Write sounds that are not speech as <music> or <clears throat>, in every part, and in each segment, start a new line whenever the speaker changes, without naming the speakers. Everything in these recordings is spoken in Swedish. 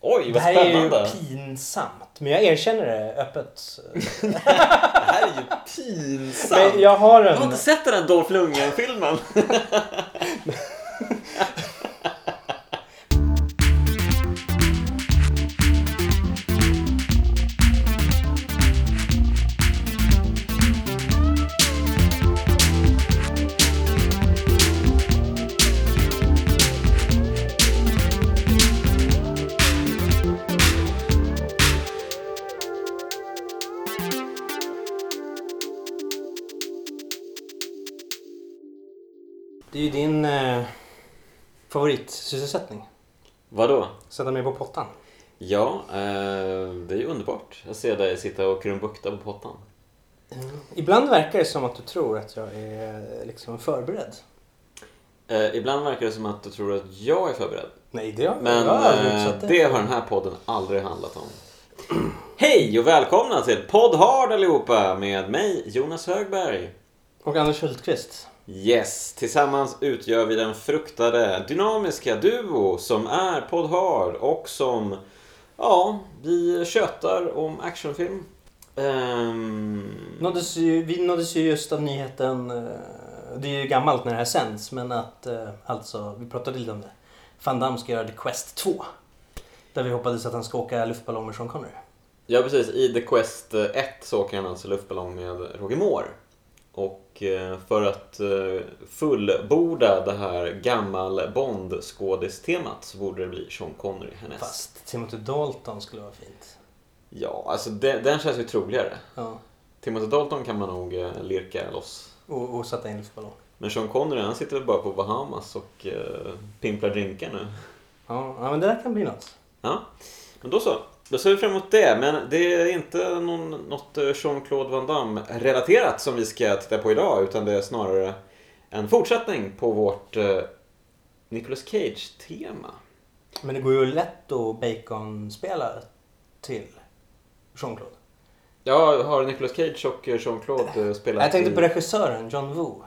Oj,
Det
vad
här är ju
spännande!
pinsamt, men jag erkänner det öppet.
Det här är ju pinsamt!
Men jag har
Du har
en...
inte sett den här Dolph Lundgren-filmen?
Det är ju din eh, favoritsysselsättning.
Vadå?
Sätta mig på pottan.
Ja, eh, det är ju underbart att se dig sitta och krumbukta på pottan.
Ibland verkar det som att du tror att jag är eh, liksom förberedd.
Eh, ibland verkar det som att du tror att jag är förberedd.
Nej, det har
Men
jag har
eh,
utsatt dig.
det har den här podden aldrig handlat om. <clears throat> Hej och välkomna till Podd Hard allihopa med mig Jonas Högberg.
Och Anders Hultqvist.
Yes, tillsammans utgör vi den fruktade dynamiska duo som är Podd Hard och som, ja, vi tjötar om actionfilm. Ehm,
Nåddes ju, vi nåddes ju just av nyheten, eh, det är ju gammalt när det här sänds, men att eh, alltså, vi pratade lite om det. Van Damme ska göra The Quest 2. Där vi hoppades att han ska åka luftballong med Sean Connery.
Ja, precis. I The Quest 1 så åker han alltså luftballong med Roger Moore. Och eh, för att eh, fullborda det här gammal Bond-skådistemat så borde det bli Sean Connery härnäst.
Fast Timothy Dalton skulle vara fint.
Ja, alltså den, den känns ju troligare.
Ja.
Timothy Dalton kan man nog eh, lirka loss.
Och, och sätta in luftballong.
Men Sean Connery, han sitter väl bara på Bahamas och eh, pimplar drinkar nu.
Ja, ja, men det där kan bli något.
Ja, men då så. Då ser vi fram emot det, men det är inte någon, något eh, Jean-Claude Van Damme-relaterat som vi ska titta på idag, utan det är snarare en fortsättning på vårt eh, Nicolas Cage-tema.
Men det går ju lätt att baconspela till Jean-Claude.
Ja, har Nicolas Cage och eh, Jean-Claude eh, spelat
Jag tänkte
i-
på regissören John Woo.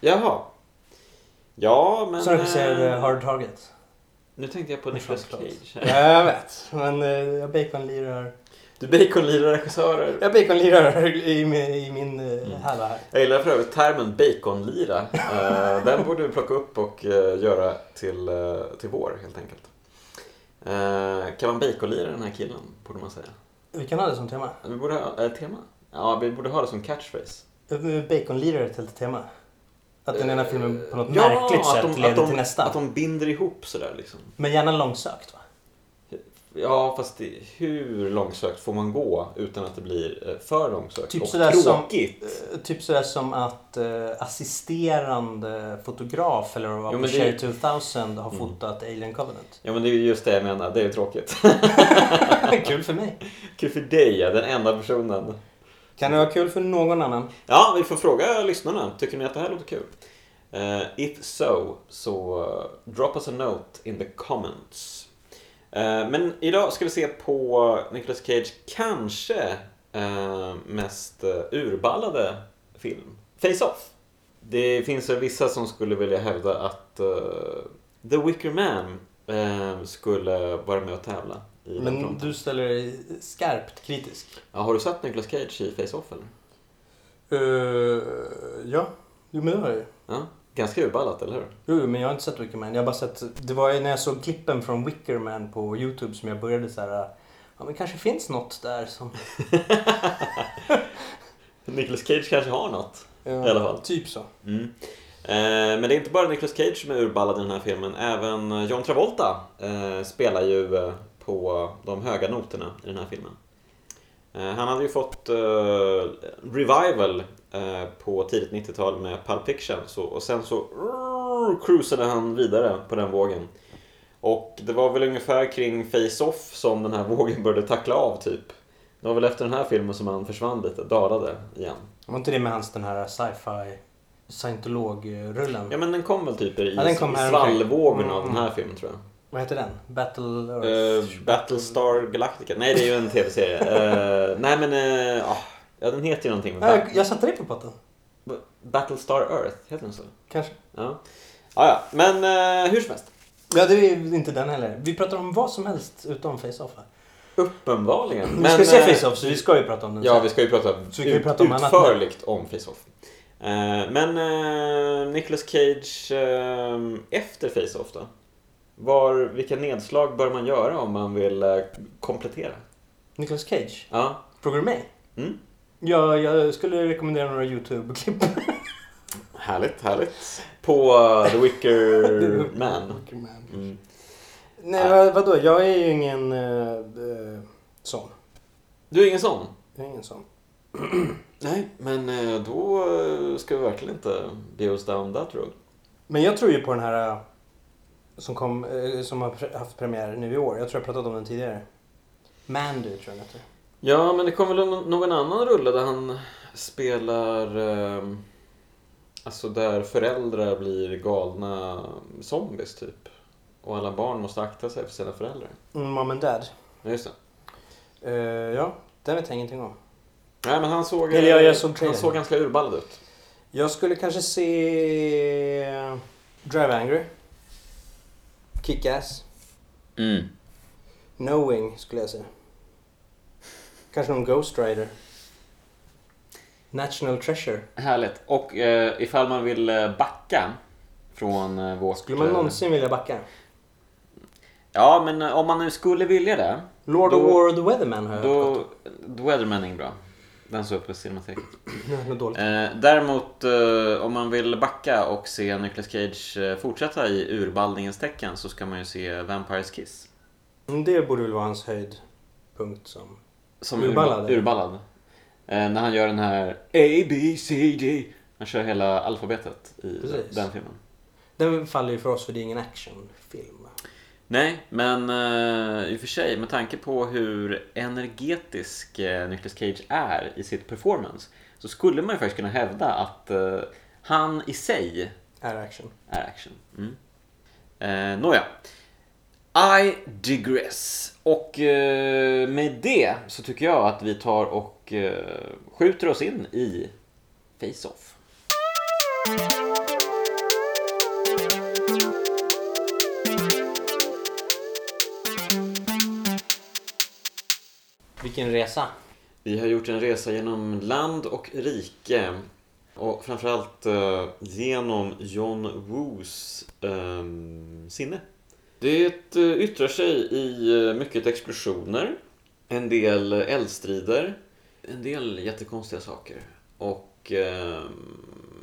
Jaha. Ja, men...
Som regisserade
eh,
Hard Target.
Nu tänkte jag på Nicolas
Jean-Claude.
Cage.
Ja, jag vet. Men eh, jag baconlirar
Du baconlirar regissörer.
Jag baconlirar i, min- i min eh,
Mm.
härva här.
Jag gillar för övrigt termen baconlira. Eh, Den borde vi plocka upp och eh, göra till, eh, till vår helt enkelt. Eh, Kan man baconlira den här killen, borde man säga.
Vi kan ha det som tema.
Vi borde ha ett tema. Ja, vi borde ha det som catchphrase.
Eh, Baconlirar är ett helt tema. Att den ena filmen på något
Eh, Ja,
märkligt
att
sätt
de- att
leder
de-
till nästa.
Att de binder ihop sådär liksom.
Men gärna långsökt va?
Ja, fast det, hur långsökt får man gå utan att det blir eh, för långsökt
Typ
och
sådär som-
tråkigt?
Eh, Typ sådär som att eh, assisterande fotograf eller vad
Jo,
på
men det- Mm.
Cherry 2000 har fotat
<laughs>
Alien Covenant.
Ja, men det är ju just det jag menar. Det är ju tråkigt. <laughs>
kul för mig.
Kul för dig, ja, den enda personen.
Kan det vara kul för någon annan?
Ja, vi får fråga lyssnarna. Tycker ni att det här låter kul? Eh, if so, så eh, drop us a note in the comments. Eh, men idag ska vi se på Nicolas Cage kanske eh, mest eh, urballade film, Face-Off. Det finns väl vissa som skulle vilja hävda att eh, The Wicker Man eh, skulle vara med och tävla i den
Men
fronten.
du ställer dig skarpt kritisk. Eh,
Ja, har du sett Nicolas Cage i Face-Off eller?
ja, jo men det har jag ju.
Ja, ganska urballat, eller hur?
Jo, jo, men jag har inte sett Wickerman. Jag har bara sett, det var ju när jag såg klippen från Wickerman på Youtube som jag började så här. eh, Ja men kanske finns något där som...
Nicolas Cage kanske har något.
Ja,
I alla fall.
Typ så.
Eh, men det är inte bara Nicolas Cage som är urballad i den här filmen. Även John Travolta eh, spelar ju eh, på de höga noterna i den här filmen. Eh, han hade ju fått eh, revival eh, på tidigt 90-tal med Pulp Fiction. Så, och sen så uh, cruisade han vidare på den vågen. Och det var väl ungefär kring Face-Off som den här <laughs> vågen började tackla av typ. Det var väl efter den här filmen som han försvann lite, dalade igen.
Var inte det med hans den här sci-fi scientolog-rullen?
Ja men den kom väl typ i,
Ja, den kom
i
här
svallvågorna
omkring. Mm.
av den här filmen tror jag.
Vad heter den? Battle... Earth?
Eh, Battlestar Galactica. Nej det är ju en
<laughs>
tv-serie. Eh, nej men, eh, ah, ja den heter ju någonting.
Ja,
Ba-
jag, jag satte dig på potten.
Battlestar Earth, heter den så?
Kanske.
Ja. Ah, ja. Men eh, hur som helst.
Ja, det är inte den heller. Vi pratar om vad som helst utom Face-Off. här.
Uppenbarligen.
Mm, Vi ska se Face-Off, så vi ska ju prata om den.
eh, Ja,
sen.
vi ska ju prata,
Så vi kan ju
ut,
prata om annat nu.
utförligt om Face-Off. Eh, Men eh, Nicolas Cage eh, efter Face-Off då? Var, vilka nedslag bör man göra om man vill eh, komplettera?
Nicolas Cage,
Ja.
Frågar du mig?
Mm.
Ja, jag skulle rekommendera
<laughs>
några YouTube-klipp.
Härligt, härligt. På eh, The <laughs> Wicker Man. Mm. Ah.
Nej, vad, vadå? Jag är ju ingen eh, eh, sån.
Du är ingen sån?
Jag är ingen sån.
Nej, men eh, då eh, ska vi verkligen inte be oss down that road.
Men jag tror ju på den här eh, som, kom, eh, som har pre- haft premiär nu i år. Jag tror jag pratat om den tidigare. Mandy tror jag den heter.
Ja, men det kom väl någon någon annan rulle där han spelar... ehm, alltså där föräldrar blir galna zombies typ. Och alla barn måste akta sig för sina föräldrar.
Mm, Mom and Dad.
Ja, just det.
Eh, ja, den vet jag ingenting om.
Nej, men han såg, eh,
Eller jag- jag såg
han
trailern.
såg ganska urballad ut.
Jag skulle kanske se eh, Drive Angry. Kick-Ass. Knowing skulle jag säga. Kanske någon Ghost Rider. National Treasure.
Härligt. Och eh, ifall man vill eh, backa från eh, vårt...
Skulle man
eh,
någonsin vilja backa?
Ja, men eh, om man nu skulle vilja det.
Lord
Då-
of War of the Weatherman har jag
Då... Då är Weathermanning bra. Den står uppe på Cinemateket.
hört. <laughs> Något dåligt.
Eh, däremot eh, om man vill backa och se Nicolas Cage eh, fortsätta i urballningens tecken så ska man ju se Vampires Kiss.
Mm, Det borde väl vara hans höjdpunkt som...
Som
Urballad?
Ur, urballad. Eh, när han gör den här A, B, C, D. Han kör hela alfabetet i
Precis.
den filmen.
Den faller ju för oss för det är ingen actionfilm.
Nej, men eh, i och för sig med tanke på hur energetisk eh, Nicolas Cage är i sitt performance så skulle man ju faktiskt kunna hävda att eh, han i sig
Är action.
är action. Mm. Eh, Nåja. I digress. Och eh, med det så tycker jag att vi tar och eh, skjuter oss in i Face-Off.
Vilken resa.
Vi har gjort en resa genom land och rike. Och framförallt eh, genom John Woos eh, sinne. Det eh, yttrar sig i eh, mycket explosioner, en del eldstrider, en del jättekonstiga saker och eh,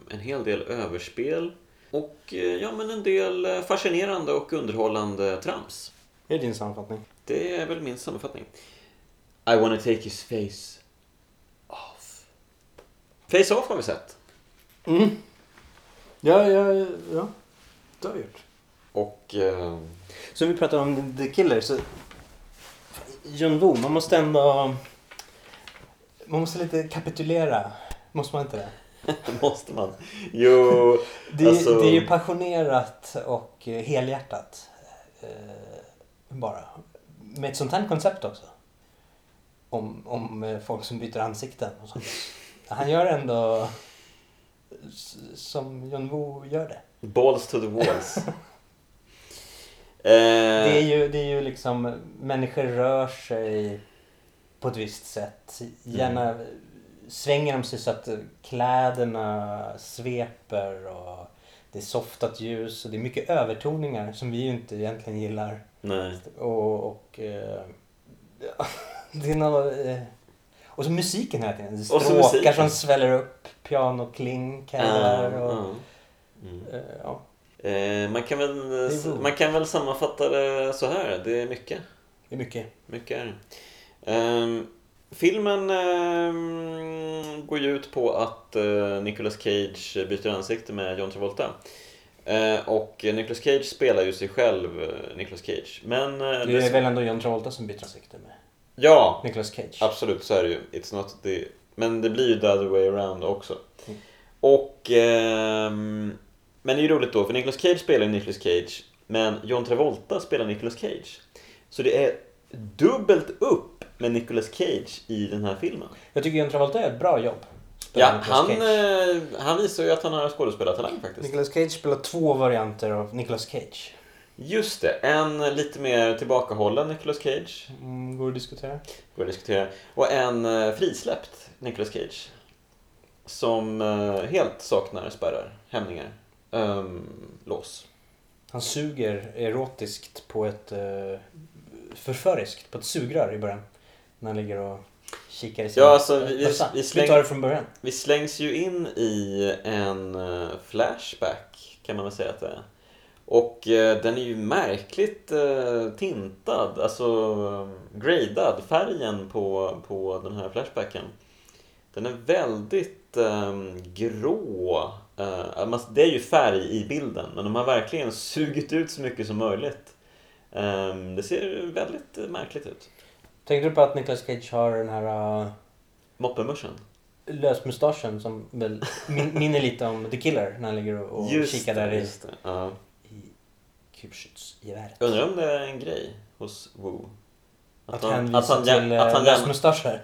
en hel del överspel och eh, ja, men en del eh, fascinerande och underhållande trams.
Det är din sammanfattning.
Det är väl min sammanfattning. I wanna take his face off. Face off har vi sett.
Mm. Ja, ja, ja. Det har vi gjort.
Och... Eh, <laughs>
Så vi pratar om The Killer. Så... John Woo, man måste ändå... Man måste lite kapitulera. Måste man inte det?
måste man? Jo,
<laughs> Det är,
Alltså-
det är ju passionerat och eh, helhjärtat. Eh, bara. Med ett sånt här koncept också. Om, om eh, folk som byter ansikten och sånt. Han gör ändå s- som John Woo gör det.
balls to the
<laughs>
walls. eh,
Det är, ju, det är ju liksom, människor rör sig på ett visst sätt. Gärna
Mm.
svänger de sig så att kläderna sveper och det är softat ljus och det är mycket övertoningar som vi ju inte egentligen gillar.
Nej.
Och, och eh, <laughs> ja, det är någon, eh, och så musiken hela tiden. Det
så
stråkar
musiken.
som sväller upp, pianoklingkar
Eh,
och...
ja. Mm.
eh, ja.
Eh, man, kan väl,
är Woo.
man kan väl sammanfatta det så här. Det är mycket.
Det är mycket.
Mycket är det. Ehm, filmen ehm, går ju ut på att eh, Nicolas Cage byter ansikte med John Travolta. Eh, och Nicolas Cage spelar ju sig själv, eh, Nicolas Cage. Men... eh,
Det är väl ändå John Travolta som byter ansikte med
Ja,
Nicolas Cage.
Absolut, så är det ju. It's not the... Men det blir ju the other way around också.
Mm.
Och... ehm, men det är ju roligt då, för Nicolas Cage spelar ju Nicolas Cage, men John Travolta spelar Nicolas Cage. Så det är dubbelt upp med Nicolas Cage i den här filmen.
Jag tycker John Travolta gör ett bra jobb.
Ja,
Spelar Nicolas
han,
Cage.
eh, han visar ju att han har skådespelartalang faktiskt.
Nicolas Cage spelar två varianter av Nicolas Cage.
Just det, en lite mer tillbakahållen Nicolas Cage.
Mm, går att diskutera.
Går att diskutera. Och en eh, frisläppt Nicolas Cage. Som eh, helt saknar spärrar, hämningar, ehm, lås.
Han suger erotiskt på ett... eh, Förföriskt, på ett sugrör i början. När han ligger och kikar i sin
Ja, alltså, vi- vi-
bössa.
vi
vi,
släng-
tar det från början.
Vi slängs ju in i en eh, flashback kan man väl säga att det är. Och eh, den är ju märkligt eh, tintad, alltså eh, gradad, färgen på, på den här flashbacken. Den är väldigt eh, grå. Eh, man- det är ju färg i bilden, men de har verkligen sugit ut så mycket som möjligt. Eh, det ser väldigt eh, märkligt ut.
Tänkte du på att Nicolas Cage har den här uh,
Moppemuschen.
lösmustaschen som väl min- minner lite om The Killer när han ligger och, och kikar där
det,
i,
just det. Ja.
i kulskyttsgeväret.
Jag undrar om det är en grej hos Wu.
Att, hänvisa
att han,
till
gär-
eh,
att han gärna,
lösmustascher.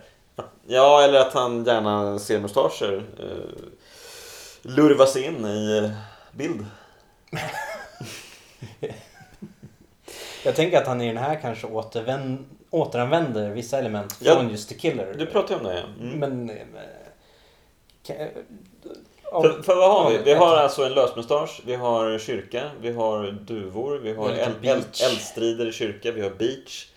Ja, eller att han gärna ser mustascher eh, lurvas in i eh, bild.
Jag tänker att han i den här kanske återvän- återanvänder vissa element
Ja,
från just The Killer.
Du pratade ju om det, ja. Mm.
Men... eh, Kan, eh,
för, för vad har vi?
av-
Vi har alltså en lösmustasch, vi har kyrka, vi har duvor, vi har
Vi har lite
eld, eld,
beach.
eldstrider i kyrka, vi har beach,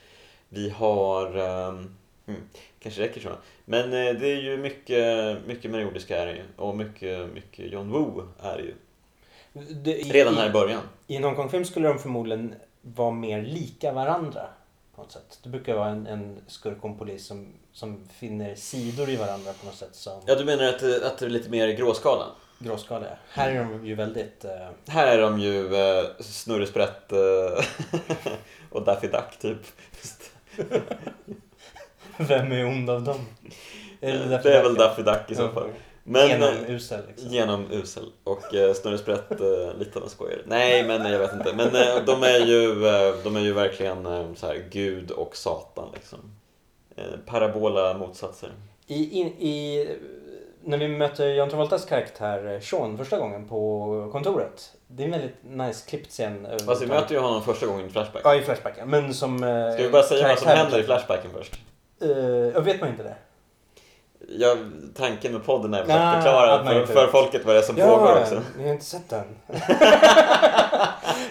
vi har... ehm, mm, kanske räcker så. Men eh, det är ju mycket, mycket melodiska är det ju. Och mycket, mycket John Woo är det ju.
det, i,
Redan här i början.
I en Hongkong-film skulle de förmodligen vara mer lika varandra. På något sätt. Det brukar vara en, en skurk och en polis som, som finner sidor i varandra på något sätt som
Ja, du menar att, det- att det är lite mer gråskala?
gråskaliga. Här är de ju väldigt... eh, <laughs>
Här är de ju eh, Snurresprätt eh, <laughs> och Daffy Duck typ.
vem är ond av dem?
Eh, det är väl Daffy Duck i så fall. Men, eh,
Genom usel liksom.
Genomusel och eh, Snurresprätt eh, lite av en skojare. Nej, men jag vet inte. Men eh, de är ju, eh, de är ju verkligen eh, så här, Gud och Satan liksom. Eh, parabola motsatser.
I, in, i, när vi möter John Travoltas karaktär eh, Sean första gången på kontoret. Det är en väldigt nice klippt scen. eh,
Fast vi möter ju honom första gången i Flashback.
Ja, i Flashbacken. Men som... eh,
Ska vi bara säga vad som händer i Flashbacken först?
Uh, vet man inte det?
Ja, tanken med podden är väl
Ah,
att
att
förklara
man
för,
inte
för
vet.
folket vad det är som pågår också.
ni har inte sett den.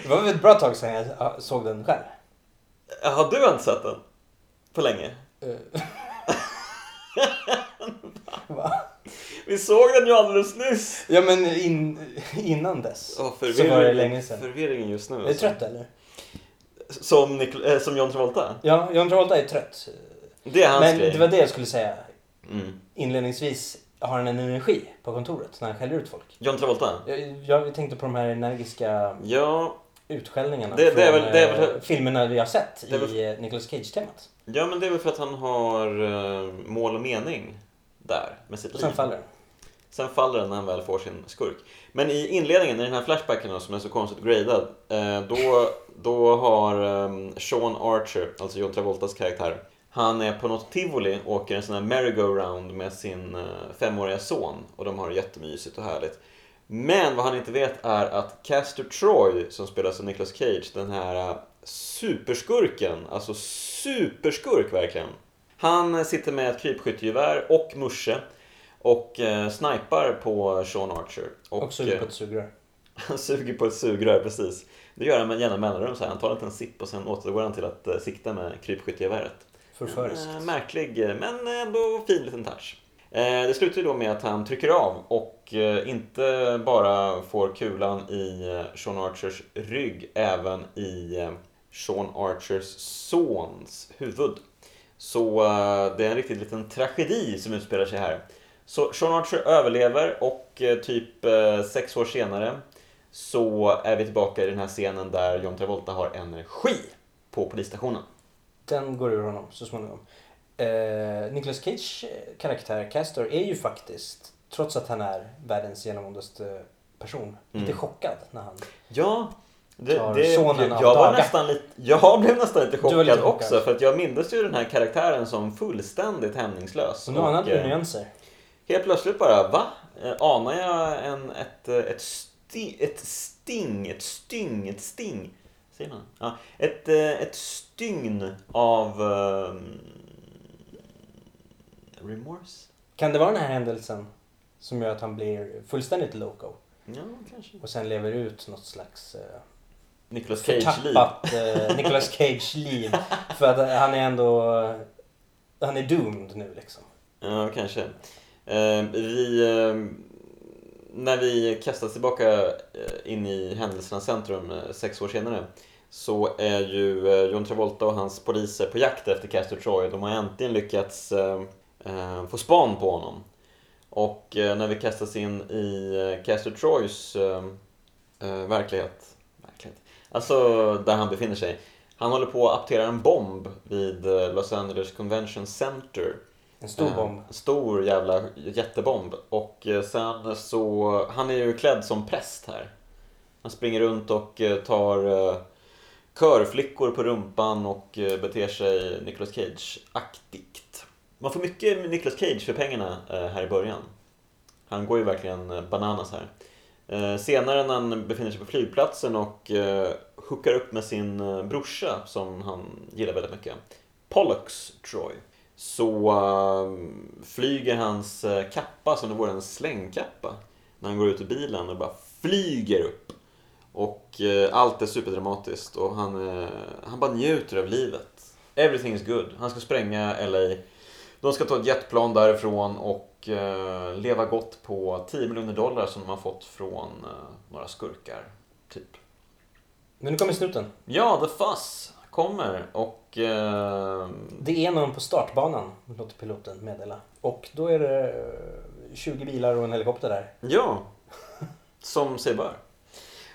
det var väl ett bra tag sedan jag ja, såg den själv.
Har du inte sett den? På länge?
Eh,
Vi såg den ju alldeles nyss!
ja, men in, innan dess.
Oh,
så var det länge sedan.
Förvirringen just nu. alltså.
Är du trött eller?
Som, Nicol- eh, som John Travolta?
Ja, John Travolta är trött.
Det är hans
Men
grej.
det var det jag skulle säga.
mm.
Inledningsvis har han en energi på kontoret när han skäller ut folk.
John Travolta?
Jag, jag tänkte på de här energiska
Ja,
utskällningarna
Det-
från
det är väl- det är väl-
eh, filmerna vi har sett
Det är väl-
i eh, Nicolas Cage-temat.
ja, men det är väl för att han har eh, mål och mening där med sitt
Och
liv.
sen faller den.
Sen faller den när han väl får sin skurk. Men i inledningen, i den här flashbacken då, som är så konstigt gradad, eh, då, då har eh, Sean Archer, alltså John Travoltas karaktär, han är på något tivoli och åker en sån här merry-go-round med sin eh, femåriga son och de har det jättemysigt och härligt. Men vad han inte vet är att Castor Troy, som spelas av Nicolas Cage, den här eh, superskurken, alltså superskurk verkligen. Han eh, sitter med ett krypskyttegevär och musche och eh, snipar på Sean Archer. Och,
Och suger på
eh,
ett sugrör.
han <laughs> suger på ett sugrör, precis. Det gör han med jämna mellanrum. Så här. Han tar en liten sipp och sen återgår han till att eh, sikta med krypskyttegeväret.
Förföriskt.
En, eh, Märklig, eh, men ändå fin liten touch. Eh, Det slutar ju då med att han trycker av och eh, inte bara får kulan i eh, Sean Archers rygg, även i eh, Sean Archers sons huvud. Så eh, det är en riktigt liten tragedi som utspelar sig här. Så Sean Archer överlever och eh, typ eh, sex år senare så är vi tillbaka i den här scenen där John Travolta har energi på polisstationen.
Den går ur honom så småningom. Eh, Nicolas Cage eh, karaktär Castor är ju faktiskt, trots att han är världens genomgåndaste person, lite
Mm.
chockad när han...
Ja, det,
Tar
det,
sonen
jag,
av
jag, var
daga.
nästan lite, jag blev nästan lite
Du var
chockad
lite chockad.
också för att jag mindes ju den här karaktären som fullständigt hämningslös.
Så nu har han
Och,
andra
eh,
nyanser.
helt plötsligt bara, va? Eh, Anar jag en, ett, eh, ett, sti, ett sting, ett styng, ett sting? Sen säger man? Ja, ett, eh, ett stygn av... Eh, remorse?
Kan det vara den här händelsen som gör att han blir fullständigt loco?
Ja, kanske.
Och sen lever ut något slags eh,
Nicolas Cage-liv.
förtappat eh, Nicolas
<laughs>
Cage-liv. För att eh, han är ändå... eh, Han är doomed nu liksom.
Ja, kanske. Eh, vi, eh, när vi kastas tillbaka eh, in i händelsernas centrum eh, sex år senare så är ju eh, John Travolta och hans poliser på jakt efter Castor Troy. De har äntligen lyckats eh, eh, få span på honom. Och eh, när vi kastas in i eh, Castor Troys eh, eh, verklighet, verklighet, alltså där han befinner sig. Han håller på att aptera en bomb vid eh, Los Angeles Convention Center.
En stor
Eh,
bomb.
Stor jävla jättebomb. Och eh, sen så, han är ju klädd som präst här. Han springer runt och eh, tar eh, körflickor på rumpan och eh, beter sig Nicolas Cage-aktigt. Man får mycket Nicolas Cage för pengarna eh, här i början. Han går ju verkligen eh, bananas här. Eh, Senare när han befinner sig på flygplatsen och eh, hookar upp med sin eh, brorsa som han gillar väldigt mycket. Pollux Troy så eh, flyger hans eh, kappa som det vore en slängkappa när han går ut ur bilen och bara flyger upp. Och eh, allt är superdramatiskt och han, eh, han bara njuter av livet. Everything is good. Han ska spränga LA. De ska ta ett jetplan därifrån och eh, leva gott på 10 miljoner dollar som de har fått från eh, några skurkar, typ.
Men nu kommer snuten.
Ja, The Fuzz kommer och... Eh,
Det är någon på startbanan, låter piloten meddela. Och då är det eh, 20 bilar och en helikopter där.
Ja, som sig bör.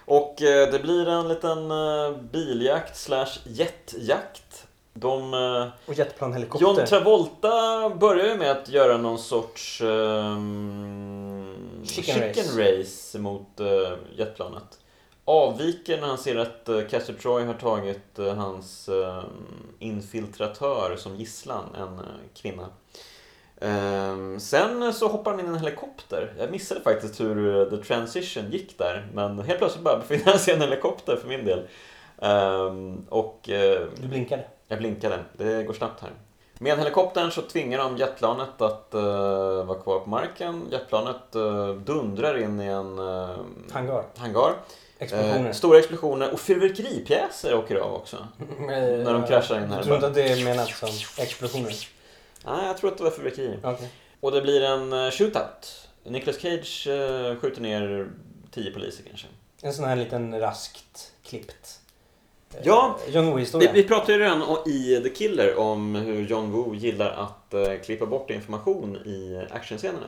Och eh, det blir en liten eh, biljakt slash jetjakt. De, eh,
Och jetplan,
John
helikopter.
Travolta börjar ju med att göra någon sorts ehm,
Chicken
race. mot eh, jetplanet. Avviker när han ser att eh, Castor Troy har tagit eh, hans eh, infiltratör som gisslan, en eh, kvinna. Ehm, sen så hoppar han in i en helikopter. Jag missade faktiskt hur eh, the transition gick där, men helt plötsligt bara befinner han sig i en helikopter för min del. Ehm, och eh,
Du blinkade.
jag blinkade. Det går snabbt här. Med helikoptern så tvingar de jetplanet att eh, vara kvar på marken. Jetplanet eh, dundrar in i en eh,
Hangar.
hangar.
Explosioner.
Eh, stora explosioner och fyrverkeripjäser åker av också. Eh, när de kraschar in här.
Jag tror inte att det är menat som explosioner.
Nej, jag tror att det var fyrverkerier.
Okej.
Och det blir en eh, shootout. Nicolas Cage eh, skjuter ner tio poliser kanske.
En sån här liten raskt klippt. eh,
Ja,
John
Vi,
Woo-historia.
vi pratade ju redan o- i The Killer om hur John Woo gillar att eh, klippa bort information i actionscenerna.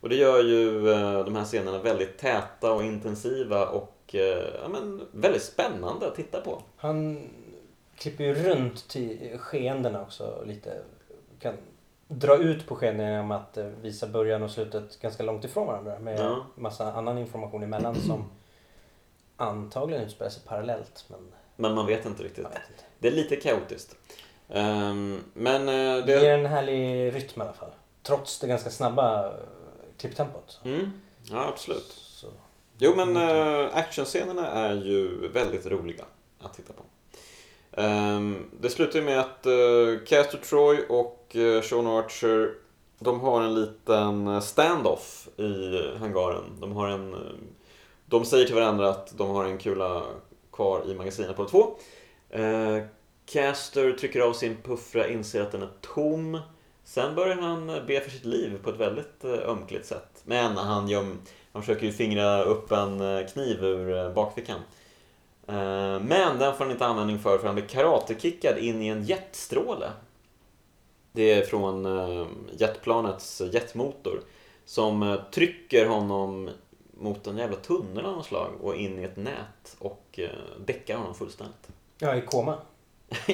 Och det gör ju eh, de här scenerna väldigt täta och intensiva och eh, ja, men, väldigt spännande att titta på.
Han klipper ju runt till skeendena också lite. Kan dra ut på skeendena genom att eh, visa början och slutet ganska långt ifrån varandra med
Ja.
massa annan information emellan som antagligen utspelar sig parallellt. Men
Men man vet inte riktigt.
jag vet inte.
Det är lite kaotiskt. Ehm, men eh,
Det ger
det...
en härlig rytm i alla fall. Trots det ganska snabba eh, klipptempot.
Mm, ja, absolut.
Så,
Jo men eh, actionscenerna är ju väldigt roliga att titta på. Ehm, det slutar ju med att eh, Castor Troy och eh, Sean Archer de har en liten eh, stand-off i hangaren. De, har en, eh, de säger till varandra att de har en kula kvar i magasinet på två. Eh, Castor trycker av sin puffra, inser att den är tom. Sen börjar han eh, be för sitt liv på ett väldigt eh, ömkligt sätt. Men han, göm, han försöker ju fingra upp en eh, kniv ur eh, bakfickan. Eh, Men den får han inte användning för, för han blir karatekickad in i en jetstråle. Det är från eh, jetplanets jetmotor som eh, trycker honom mot en jävla tunnel av något slag och in i ett nät och eh, däckar honom fullständigt. <laughs>
jag är i koma.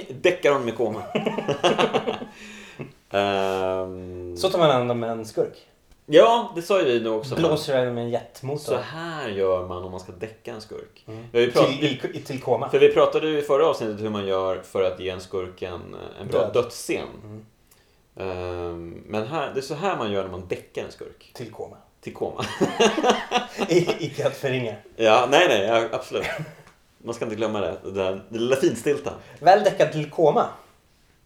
Däckar honom i koma. <laughs> Ehm,
Så tar man hand om en skurk.
ja, det sa ju vi nu också.
Blåser över med en
Så
jetmotor.
här gör man om man ska däcka en skurk.
Mm.
Vi har ju pratat,
Till, i, i- till koma.
för vi pratade ju i förra avsnittet hur man gör för att ge en skurk en, en bra
Död.
dödsscen.
Mm.
Ehm, men här, det är så här man gör när man däckar en skurk.
Till koma.
Till koma. <laughs>
I- Icke att förringa.
ja, nej, nej, ja, absolut. Man ska inte glömma det, det, där, det lilla finstilta.
Väl däckad till koma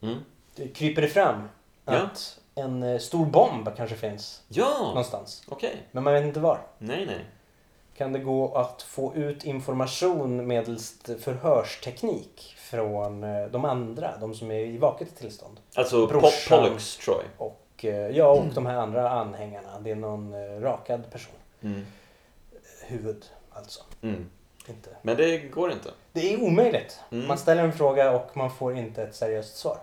Mm.
det kryper det fram att en eh, stor bomb kanske finns
Ja,
någonstans.
okej.
Men man vet inte var.
Nej, nej.
Kan det gå att få ut information medelst förhörsteknik från eh, de andra, de som är i vaket tillstånd?
Alltså po-
Brorsan.
Pollux Troy.
Och eh, jag och de här andra anhängarna, det är någon eh, rakad person.
Mm.
Huvud, alltså.
Mm.
Inte.
Men det går inte.
Det är omöjligt.
Mm.
Man ställer en fråga och man får inte ett seriöst svar.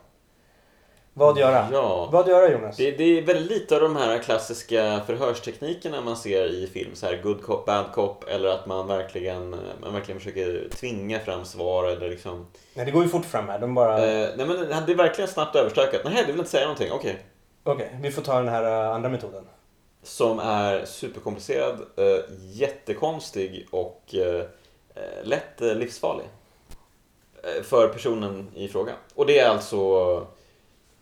Vad göra?
Mm. Ja.
Vad göra Jonas?
Det, det är väldigt lite av de här klassiska förhörsteknikerna man ser i film, så här good cop, bad cop, eller att man verkligen, man verkligen försöker tvinga fram svar eller liksom...
Nej, det går ju fort fram här. De bara...
Eh, nej men det är verkligen snabbt överstökat. Nej, du vill inte säga någonting, okej.
Okej, vi får ta den här eh, andra metoden.
Som är superkomplicerad, eh, jättekonstig och eh, eh, lätt eh, livsfarlig. Eh, för personen i fråga. Och det är alltså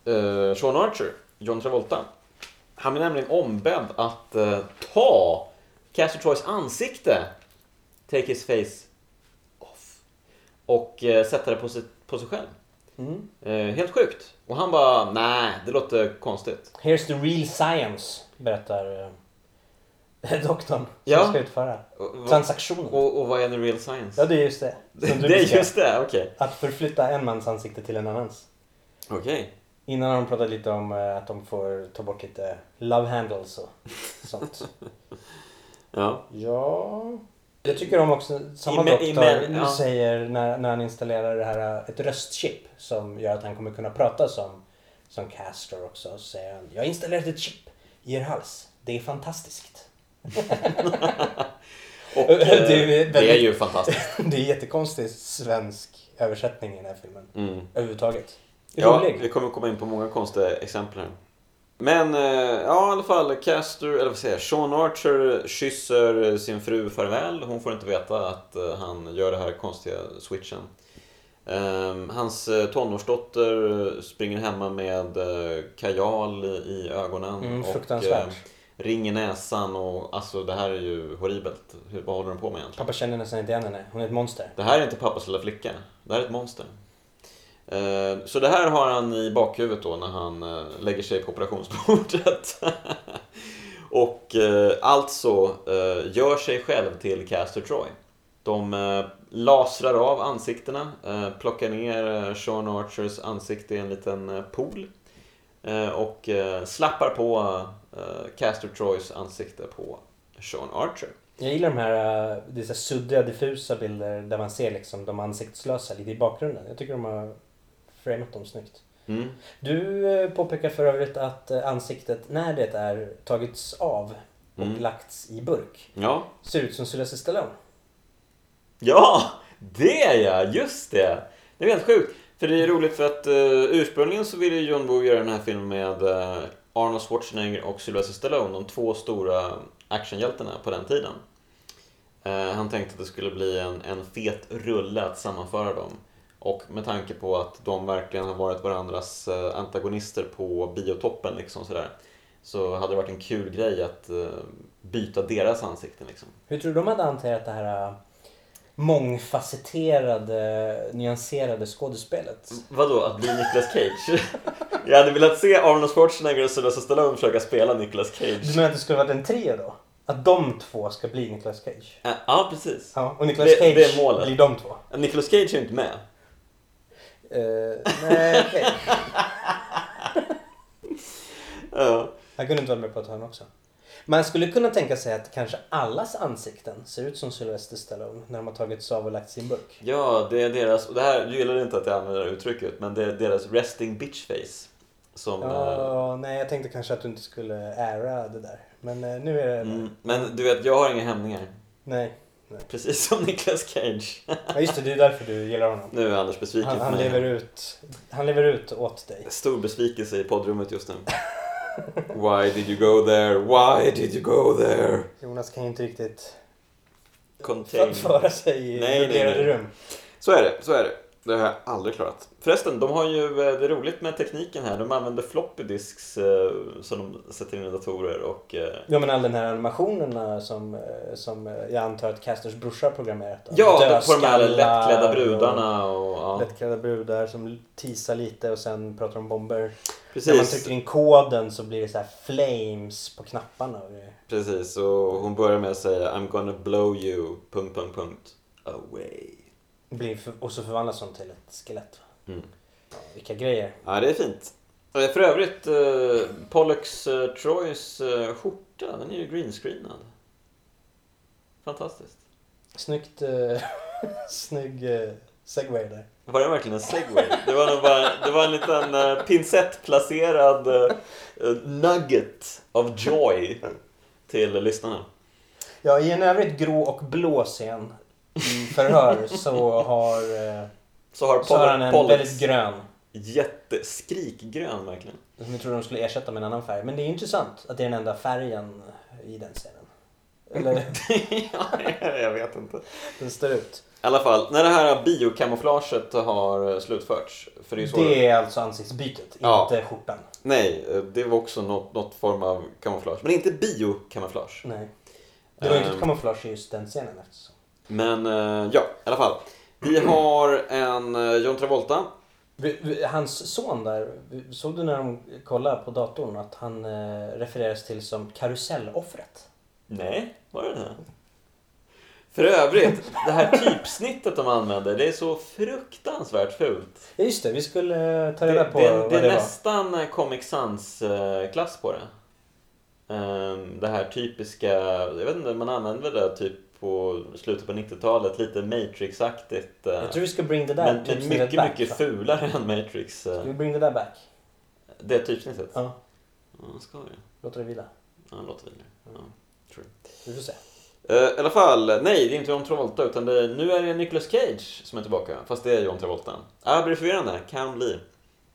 eh, Sean Archer, John Travolta. Han blir nämligen ombedd att eh, ta Castor Troys ansikte, take his face off, och eh, sätta det på, sig, på sig själv.
Mm.
Eh, helt sjukt. Och han bara, nej, det låter konstigt.
Here's the real science, berättar eh, <laughs> doktorn som
Ja.
ska utföra
Och-
transaktionen.
Och, och vad är the real science?
Ja, det är
<laughs>
just det.
Det,
Som du
det är
beskrev.
just det, okej.
Att förflytta en mans ansikte till en annans.
Okej.
Innan har de pratat lite om eh, att de får ta bort lite love handles och
<laughs>
sånt.
Ja.
ja... Jag tycker om också samma
I me-
doktor
i men-
nu
ja.
säger när, när han installerar det här eh, ett röstchip som gör att han kommer kunna prata som, som Castor också. Så säger han, jag har installerat ett chip i er hals. Det är fantastiskt. <laughs>
Och,
Det är
eh,
ju väldigt-
det är ju fantastiskt.
det är jättekonstig svensk översättning i den här filmen. <laughs>
Mm.
Överhuvudtaget.
Ja,
Rolig.
vi kommer komma in på många konstiga exempel här. Men eh, ja, i alla fall Castor, eller vad säger jag, Sean Archer kysser sin fru farväl. Hon får inte veta att eh, han gör det här konstiga switchen. Ehm, hans eh, tonårsdotter springer hemma med eh, kajal i- i ögonen.
Mm,
Och,
fruktansvärt.
eh, ring i näsan och alltså det här är ju horribelt. Hur, vad håller de på med egentligen?
Pappa känner nästan inte igen henne. Hon är ett monster.
Det här är inte pappas lilla flicka. Det här är ett monster. Eh, Så det här har han i bakhuvudet då när han eh, lägger sig på operationsbordet. <laughs> och eh, alltså eh, gör sig själv till Castor Troy. De eh, lasrar av ansiktena, eh, plockar ner eh, Sean Archers ansikte i en liten eh, pool eh, och eh, slappar på eh, Castor Troys ansikte på Sean Archer.
Jag gillar de här, eh, det är så här suddiga, diffusa bilder där man ser liksom de ansiktslösa lite i bakgrunden. Jag tycker de har framat dem snyggt.
Mm.
Du eh, påpekar för övrigt att eh, ansiktet när det är tagits av och
Mm.
lagts i burk
Ja,
ser ut som Sylvester Stallone.
Ja, det ja! Just det! Det är helt sjukt. För det är roligt för att eh, ursprungligen så ville ju John Woo göra den här filmen med eh, Arnold Schwarzenegger och Sylvester Stallone, de två stora actionhjältarna på den tiden. Eh, han tänkte att det skulle bli en, en fet rulle att sammanföra dem. Och med tanke på att de verkligen har varit varandras eh, antagonister på biotoppen liksom sådär. Så hade det varit en kul grej att eh, byta deras ansikten liksom.
Hur tror du de hade hanterat det här eh, mångfacetterade, nyanserade skådespelet?
Vadå, att bli Nicolas Cage? jag hade velat se Arnold Schwarzenegger och Sylvester Stallone försöka spela Nicolas
Du
Cage.
menar att det skulle varit en trio då? Att de två ska bli Nicolas Cage?
Ja, Ja, precis.
Ja, och Nicolas
Det-
Cage
det är målet.
blir de två.
Nicolas Cage är ju inte med.
Eh, <laughs> nej, okej.
Ja.
Jag kunde inte vara med på ett hörn också. Man skulle kunna tänka sig att kanske allas ansikten ser ut som Sylvester Stallone när de har tagits av och lagts i en burk.
ja, det är deras... Och det här, du gillar inte att jag använder det här uttrycket, men det är deras resting bitch face. Som... eh,
Ja, nej jag tänkte kanske att du inte skulle ära det där. Men eh, nu är det...
mm, men du vet, jag har inga hämningar.
Nej.
Precis som <laughs> Nicolas Cage.
Ja, just det, det är därför du gillar honom.
nu är Anders besviken
Han,
på
han,
mig.
lever ut, han lever ut åt dig.
Stor besvikelse i poddrummet
<laughs>
just nu. Why did you go there? Why did you go there?
Jonas kan ju inte riktigt
Contain.
föra sig i
Nej, nej,
möblerade
nej.
rum.
Så är det, så är det. Det har jag aldrig klarat. Förresten, de har ju eh, det är roligt med tekniken här. De använder floppy disks eh, som de sätter in i datorer och... eh,
Ja men all den här animationerna som, eh, som eh, jag antar att Casters brorsa har programmerat. då.
Ja, på de här
Dödskallar
lättklädda
och-
brudarna och... Ja,
Lättklädda brudar som tisar lite och sen pratar om bomber. När man
precis.
trycker in koden så blir det så här flames på knapparna. och grejer.
Precis, och hon börjar med att säga I'm gonna blow you... Punkt, punkt, punkt. Away.
Det Blir för, och så förvandlas de till ett skelett.
Mm.
Ja, vilka grejer.
Ja, det är fint. Eh, För övrigt, eh, Pollux eh, Troys eh, skjorta, den är ju greenscreenad. Fantastiskt.
Snyggt, eh, <laughs> snygg eh, segway där.
Var det verkligen en segway? Det var, nog bara, det var en liten eh, pincettplacerad eh, eh, nugget av joy till lyssnarna.
Ja, i en övrigt grå och blå scen i
<laughs>
förhör så har, eh,
Så har
så har han
Poll-
en
Pollux
väldigt grön.
jätteskrikgrön verkligen.
Som jag trodde de skulle ersätta med en annan färg. Men det är intressant att det är den enda färgen i den scenen. Eller
<laughs> Ja, Jag vet inte.
den står ut.
I alla fall, när det här biokamouflaget har eh, slutförts. För det är ju så
Det är alltså ansiktsbytet,
Ja.
inte skjortan.
Nej, eh, det var också något, något form av kamouflage. Men inte biokamouflage.
Nej. Det var ju inte
Ehm.
ett kamouflage i just den scenen eftersom.
Men eh, ja, i alla fall. Vi har en eh, John Travolta.
Vi- vi- Hans son där, vi- såg du när de kollade på datorn att han eh, refereras till som karuselloffret?
Nej, var det det? För övrigt, det
<laughs>
här typsnittet de använder, det är så fruktansvärt fult.
Ja just det, vi skulle eh, ta
Det,
reda på
det, det,
vad det
är
var.
nästan eh, Comic Sans-klass på det. Ehm, Det här typiska, jag vet inte, man använder det typ på slutet på 90-talet, lite Matrix-aktigt. eh,
Jag tror vi ska bring det där
Men, men
typsnittet
mycket,
back.
mycket
va?
fulare än Matrix. eh,
Ska vi bring det där back?
Det typsnittet? Ja,
Ja,
ska vi.
låter det vila.
Ja, det låter vidare. Ja.
Vi får se.
Eh, I alla fall, nej det är inte John Travolta utan det är, nu är det Nicolas Cage som är tillbaka. Fast det är John Travolta. Ja, det blir förvirrande. Kan bli.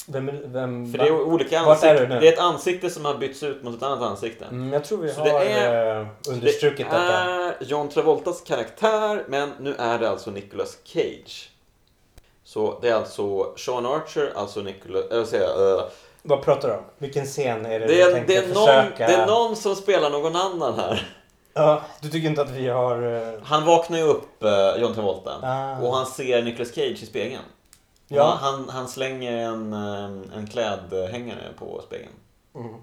Vem, är- vem,
För
va?
det är olika
Vart är
ansikten.
du nu?
det är ett ansikte som har bytts ut mot ett annat ansikte.
Mm, jag tror vi
Så
har
det är-
eh, understrukit
det eh,
detta.
är John Travoltas karaktär, men nu är det alltså Nicolas Cage. Så det är alltså Sean Archer, alltså Nicolas... Eller säger jag, eh,
Vad pratar du om? Vilken scen är det,
det,
du
är,
tänkte
det, är någon,
försöka...
det är någon som spelar någon annan här.
Ja, du tycker inte att vi har... eh,
Han vaknar ju upp, eh, John Travolta.
Ah.
Och han ser Nicolas Cage i spegeln.
Ja.
Ja. Han, han slänger en, eh, en klädhängare på spegeln.
Mm.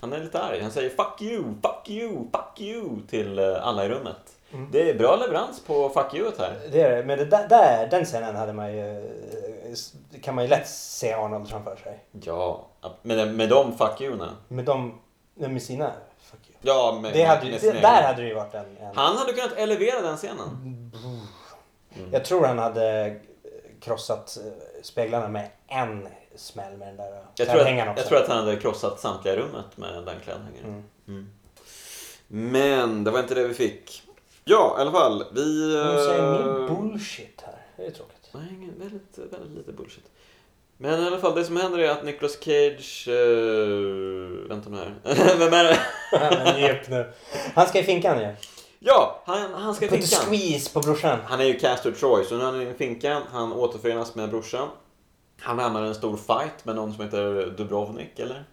Han är lite arg. Han säger 'fuck you, fuck you, fuck you' till eh, alla i rummet.
Mm.
Det är bra leverans på 'fuck you't' här.
Det är det, men det där, där, den scenen hade man ju, eh, s- kan man ju lätt se Arnold framför sig.
Ja, med, med de 'fuck you'na.
Med de, nej, med sina, fuck you.
Ja, med,
Det hade, ju-
med
det,
sin egen.
där hade Mm. det ju varit en... en
Han hade kunnat elevera den scenen.
Jag tror han hade krossat eh, speglarna med en smäll med den där eh,
Jag tror, att,
klädhängaren
jag tror att han hade krossat samtliga i rummet med den klädhängaren.
Mm.
Mm. Men det var inte det vi fick. Ja, i alla fall. Vi...
Hon säger
eh,
min bullshit här. Det är tråkigt. <laughs>
Nej, ingen- väldigt, väldigt lite bullshit. Men i alla fall, det som händer är att Nicolas Cage... eh, vänta nu här. <laughs> Vem är det?
Men ge upp nu. Han ska i finkan ju.
Ja, han, han ska i
Put a
finkan.
squeeze på brorsan.
Han är ju Castor Troy, så nu är han i finkan. Han återförenas med brorsan. Han hamnar i en stor fight med någon som heter Dubrovnik, eller?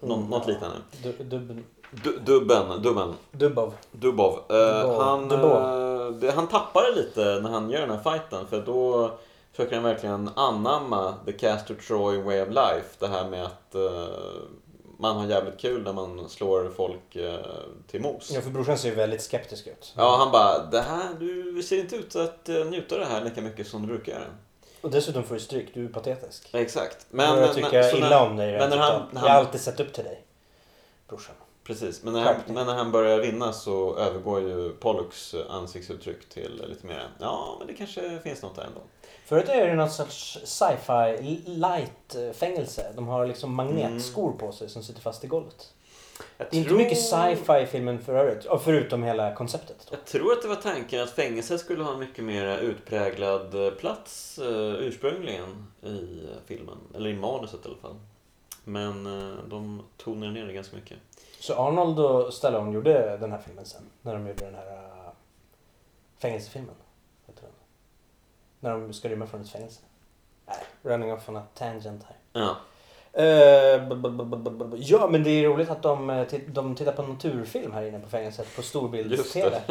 Nå-
Mm,
Något
ja.
liknande.
Du, dubb,
Du, dubben, dubben.
dubbov.
Dubov. Eh,
Dubov.
han,
Dubov.
eh, det, han tappar det lite när han gör den här fighten för då försöker han verkligen anamma the Castor Troy way of life. Det här med att eh, man har jävligt kul när man slår folk eh, till mos.
Ja, för brorsan ser ju väldigt skeptisk ut.
Ja, han bara det här, du ser inte ut att eh, njuta av det här lika mycket som du brukar göra.
Och dessutom får du stryk. Du är patetisk.
Ja, Exakt.
Men, jag tycker
så
illa
när-
om dig
men
rent
när han-
utav.
när
Jag har
han-
alltid sett upp till dig. Brorsan.
Precis, men när, han,
Skärpning.
men när han börjar vinna så övergår ju Pollux eh, ansiktsuttryck till lite mer ja, men det kanske finns något där ändå.
Förut är det någon sorts sci-fi light eh, fängelse. De har liksom magnetskor på sig som sitter fast i golvet.
Jag
Det är inte
tror-
mycket sci-fi i filmen för övrigt. ja, Förutom hela konceptet. Då.
Jag tror att det var tanken att fängelse skulle ha en mycket mer utpräglad eh, plats eh, ursprungligen i eh, filmen. Eller i manuset i alla fall. Men eh, de tonar ner det ganska mycket.
Så Arnold och Stallone gjorde den här filmen sen. När de gjorde den här eh, fängelsefilmen. Heter den. När de ska rymma från ett fängelse. Nej, running off on a tangent här.
Ja.
Eh, b- b- b- b- b- Ja, men det är roligt att de, eh, titt- de tittar på en naturfilm här inne på fängelset på
Just
storbilds-tv.
det.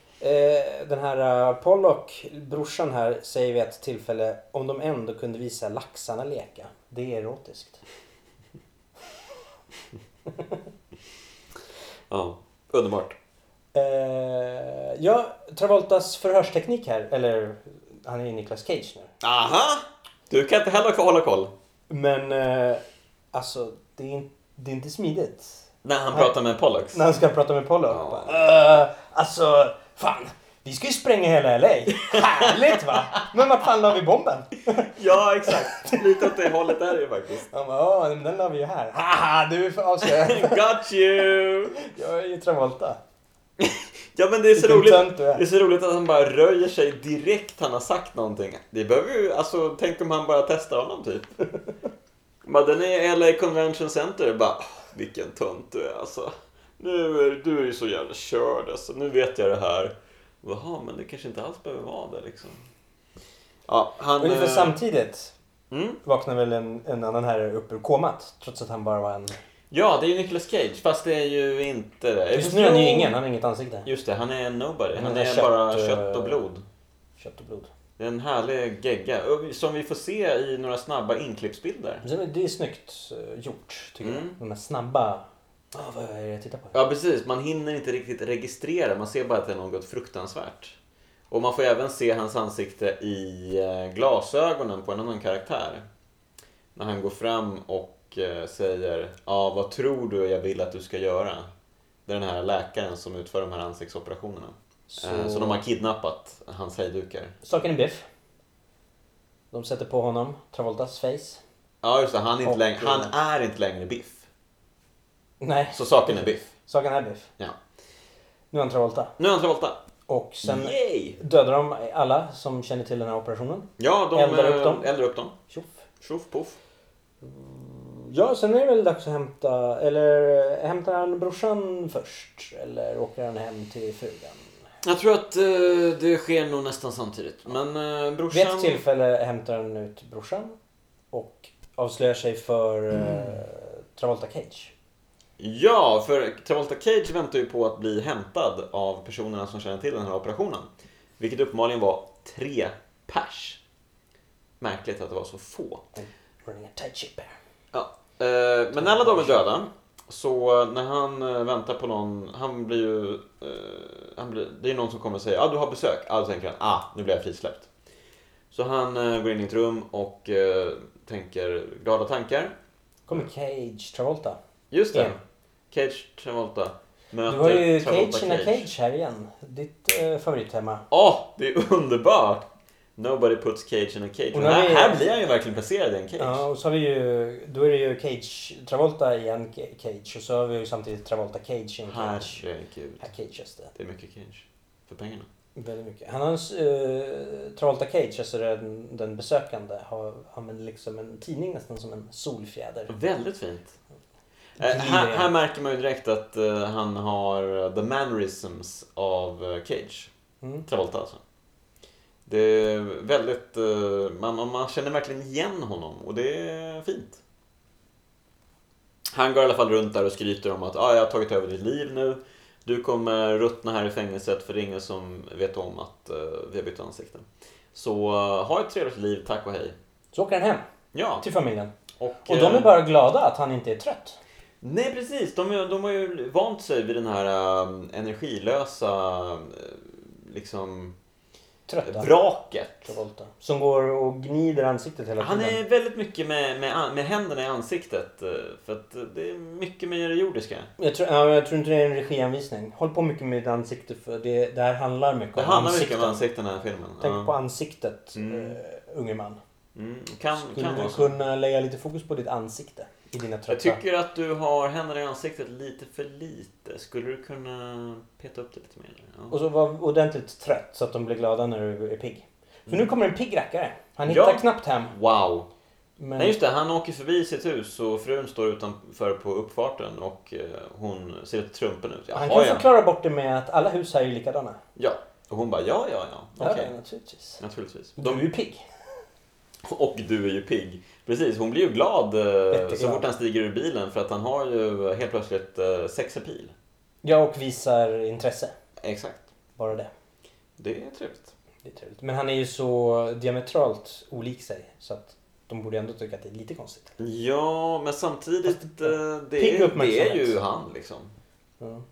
<laughs> Eh, Den här eh, Pollock, brorsan här, säger vid ett tillfälle om de ändå kunde visa laxarna leka. Det är erotiskt.
ja. Underbart.
Eh, ja, Travoltas förhörsteknik här, eller han är ju Nicolas Cage nu.
Aha! Du kan inte heller hålla koll.
Men eh, alltså, det är, in, det är inte smidigt.
När han
Nej.
pratar med Pollux.
När han ska prata med Pollock.
Ja.
Bara, eh, alltså, fan. Vi ska ju spränga hela LA. Härligt va? Men vart fan la vi bomben?
Ja, exakt. Lite åt det hållet är det ju
<laughs>
faktiskt.
Han bara, ja men den la vi ju här. Haha, du är för avslöjad.
Got you!
Jag är ju Travolta.
Ja, men det är så
Vilken
roligt.
tönt du är.
Det är så roligt att han bara röjer sig direkt han har sagt någonting. Det behöver ju, alltså tänk om han bara testar honom typ.
<laughs>
Bara, den är i LA Convention Center. Bara, "Åh, vilken tönt du är alltså. Nu är du är ju så jävla körd alltså. Nu vet jag det här. Jaha, men det kanske inte alls behöver vara det liksom. Ja, han...
Ungefär
eh,
samtidigt
Mm.
vaknar väl en, en annan herre upp ur komat. Trots att han bara var en...
Ja, det är ju Nicolas Cage, fast det är ju inte det.
Just nu är han ju ingen, han har inget ansikte.
Just det, han är en nobody. Han
Han
är
är
bara
kött,
kött och
eh,
blod.
Kött och blod.
Det är en härlig gegga, och som vi får se i några snabba inklippsbilder.
Men sen är Det är snyggt eh, gjort, tycker
Mm.
jag. De här snabba... Ah, vad är det jag tittar på?
Ja, precis. Man hinner inte riktigt registrera, man ser bara att det är något fruktansvärt. Och man får även se hans ansikte i eh, glasögonen på en annan karaktär. När han går fram och eh, säger ”Ja, vad tror du jag vill att du ska göra?” Det är den här läkaren som utför de här ansiktsoperationerna.
Så,
Eh, Så de har kidnappat hans hejdukar.
Stakar en biff. De sätter på honom, Travoltas face.
Ja, just det. Han är inte,
Och,
längre, han
eh,
är inte längre biff.
Nej,
Så saken är biff.
Sagan är biff.
Ja.
Nu är han Travolta.
Nu är han Travolta.
Och sen
Yay!
dödar de alla som känner till den här operationen.
Ja, de
Eldar upp
eh,
dem.
Eldar upp dem.
Tjoff.
Tjoff poff.
Ja, sen är det väl dags att hämta... Eller hämtar han brorsan först? Eller åker han hem till frugan?
Jag tror att eh, det sker nog nästan samtidigt. Men eh, brorsan...
Vid ett tillfälle hämtar han ut brorsan och avslöjar sig för eh, Travolta Cage.
Ja, för Travolta Cage väntar ju på att bli hämtad av personerna som känner till den här operationen. Vilket uppenbarligen var tre pers. Märkligt att det var så få.
Running a tight ship här.
Ja. Eh, men när alla de är döda, så när han eh, väntar på någon, han blir ju... Eh, han blir, det är någon som kommer och säger ah, du har besök. Alltså tänker han, ah, nu blir jag frisläppt. Så han eh, går in i ett rum och eh, tänker glada tankar.
Kommer Cage, Travolta.
Just det.
Igen.
Cage Travolta
Du
möter
har ju
Travolta
Cage in a Cage här igen. Ditt eh, favorittema.
Åh, det är underbart! Nobody puts Cage in a cage.
Och
Men
när
här,
vi-
här blir han ju verkligen placerad i en cage.
Ja, och så har vi ju... Då är det ju Cage, Travolta i en ca- Cage och så har vi ju samtidigt Travolta Cage i en Cage.
Herregud.
Här cages det.
Det är mycket cage. För pengarna.
Väldigt mycket. Han har en... s- eh, Travolta Cage, alltså den, den besökande, har, har men liksom en tidning nästan som en solfjäder.
Väldigt fint. Eh,
Glider
här,
igen.
här märker man ju direkt att eh, han har eh, the mannerisms av eh, Cage.
Mm.
Travolta alltså. Det är väldigt... eh, man, man- man känner verkligen igen honom och det är fint. Han går i alla fall runt där och skryter om att ah, jag har tagit över ditt liv nu. Du kommer ruttna här i fängelset för det är ingen som vet om att eh, vi har bytt ansikten. Så eh, ha ett trevligt liv, tack och hej.
Så åker han hem
Ja,
till familjen.
och,
Och de
eh,
är bara glada att han inte är trött.
Nej precis, de, är- de har ju vant sig vid den här ehm, energilösa eh, liksom
Trötta.
vraket.
Travolta. Som går och gnider ansiktet hela
Han
tiden.
är väldigt mycket med, med, an- med händerna i ansiktet eh, för att eh, det är mycket mer det jordiska.
Jag, tror, ja, men jag tror inte det är en regianvisning. Håll på mycket med ditt ansikte för det, det här handlar mycket
Det
om
handlar mycket
ansikten.
om ansikten i den här filmen.
Tänk
Ja.
på ansiktet,
Mm.
eh, unge man.
Mm, kan,
Skulle
kan
du
vara så.
kunna lägga lite fokus på ditt ansikte i dina
Jag
trötta...
tycker att du har händerna i ansiktet lite för lite. Skulle du kunna peta upp det lite mer? Ja.
Och så var ordentligt trött så att de blir glada när du är pigg. För nu kommer en pigg rackare. Han hittar
Mm. Ja.
knappt hem.
Wow!
Men...
Nej just det, han åker förbi sitt hus och frun står utanför på uppfarten och eh, hon ser lite trumpen ut.
han
Jaha,
kan förklara bort det med att alla hus här är likadana.
Ja. Och hon bara ja, ja, ja.
Ja,
Okej,
ja, naturligtvis.
naturligtvis.
Du är
De,
ju pigg.
och du är ju pigg. Precis, hon blir ju glad eh, så
Jätteglad.
fort han stiger ur bilen för att han har ju helt plötsligt eh, sexapil.
Ja, och visar intresse.
Exakt.
Bara det.
Det är trevligt.
Det är trevligt. Men han är ju så diametralt olik sig så att de borde ändå tycka att det är lite konstigt.
Ja, men samtidigt, eh, det
Pigg
är, det är
uppmärksamhet.
ju han liksom.
Ja.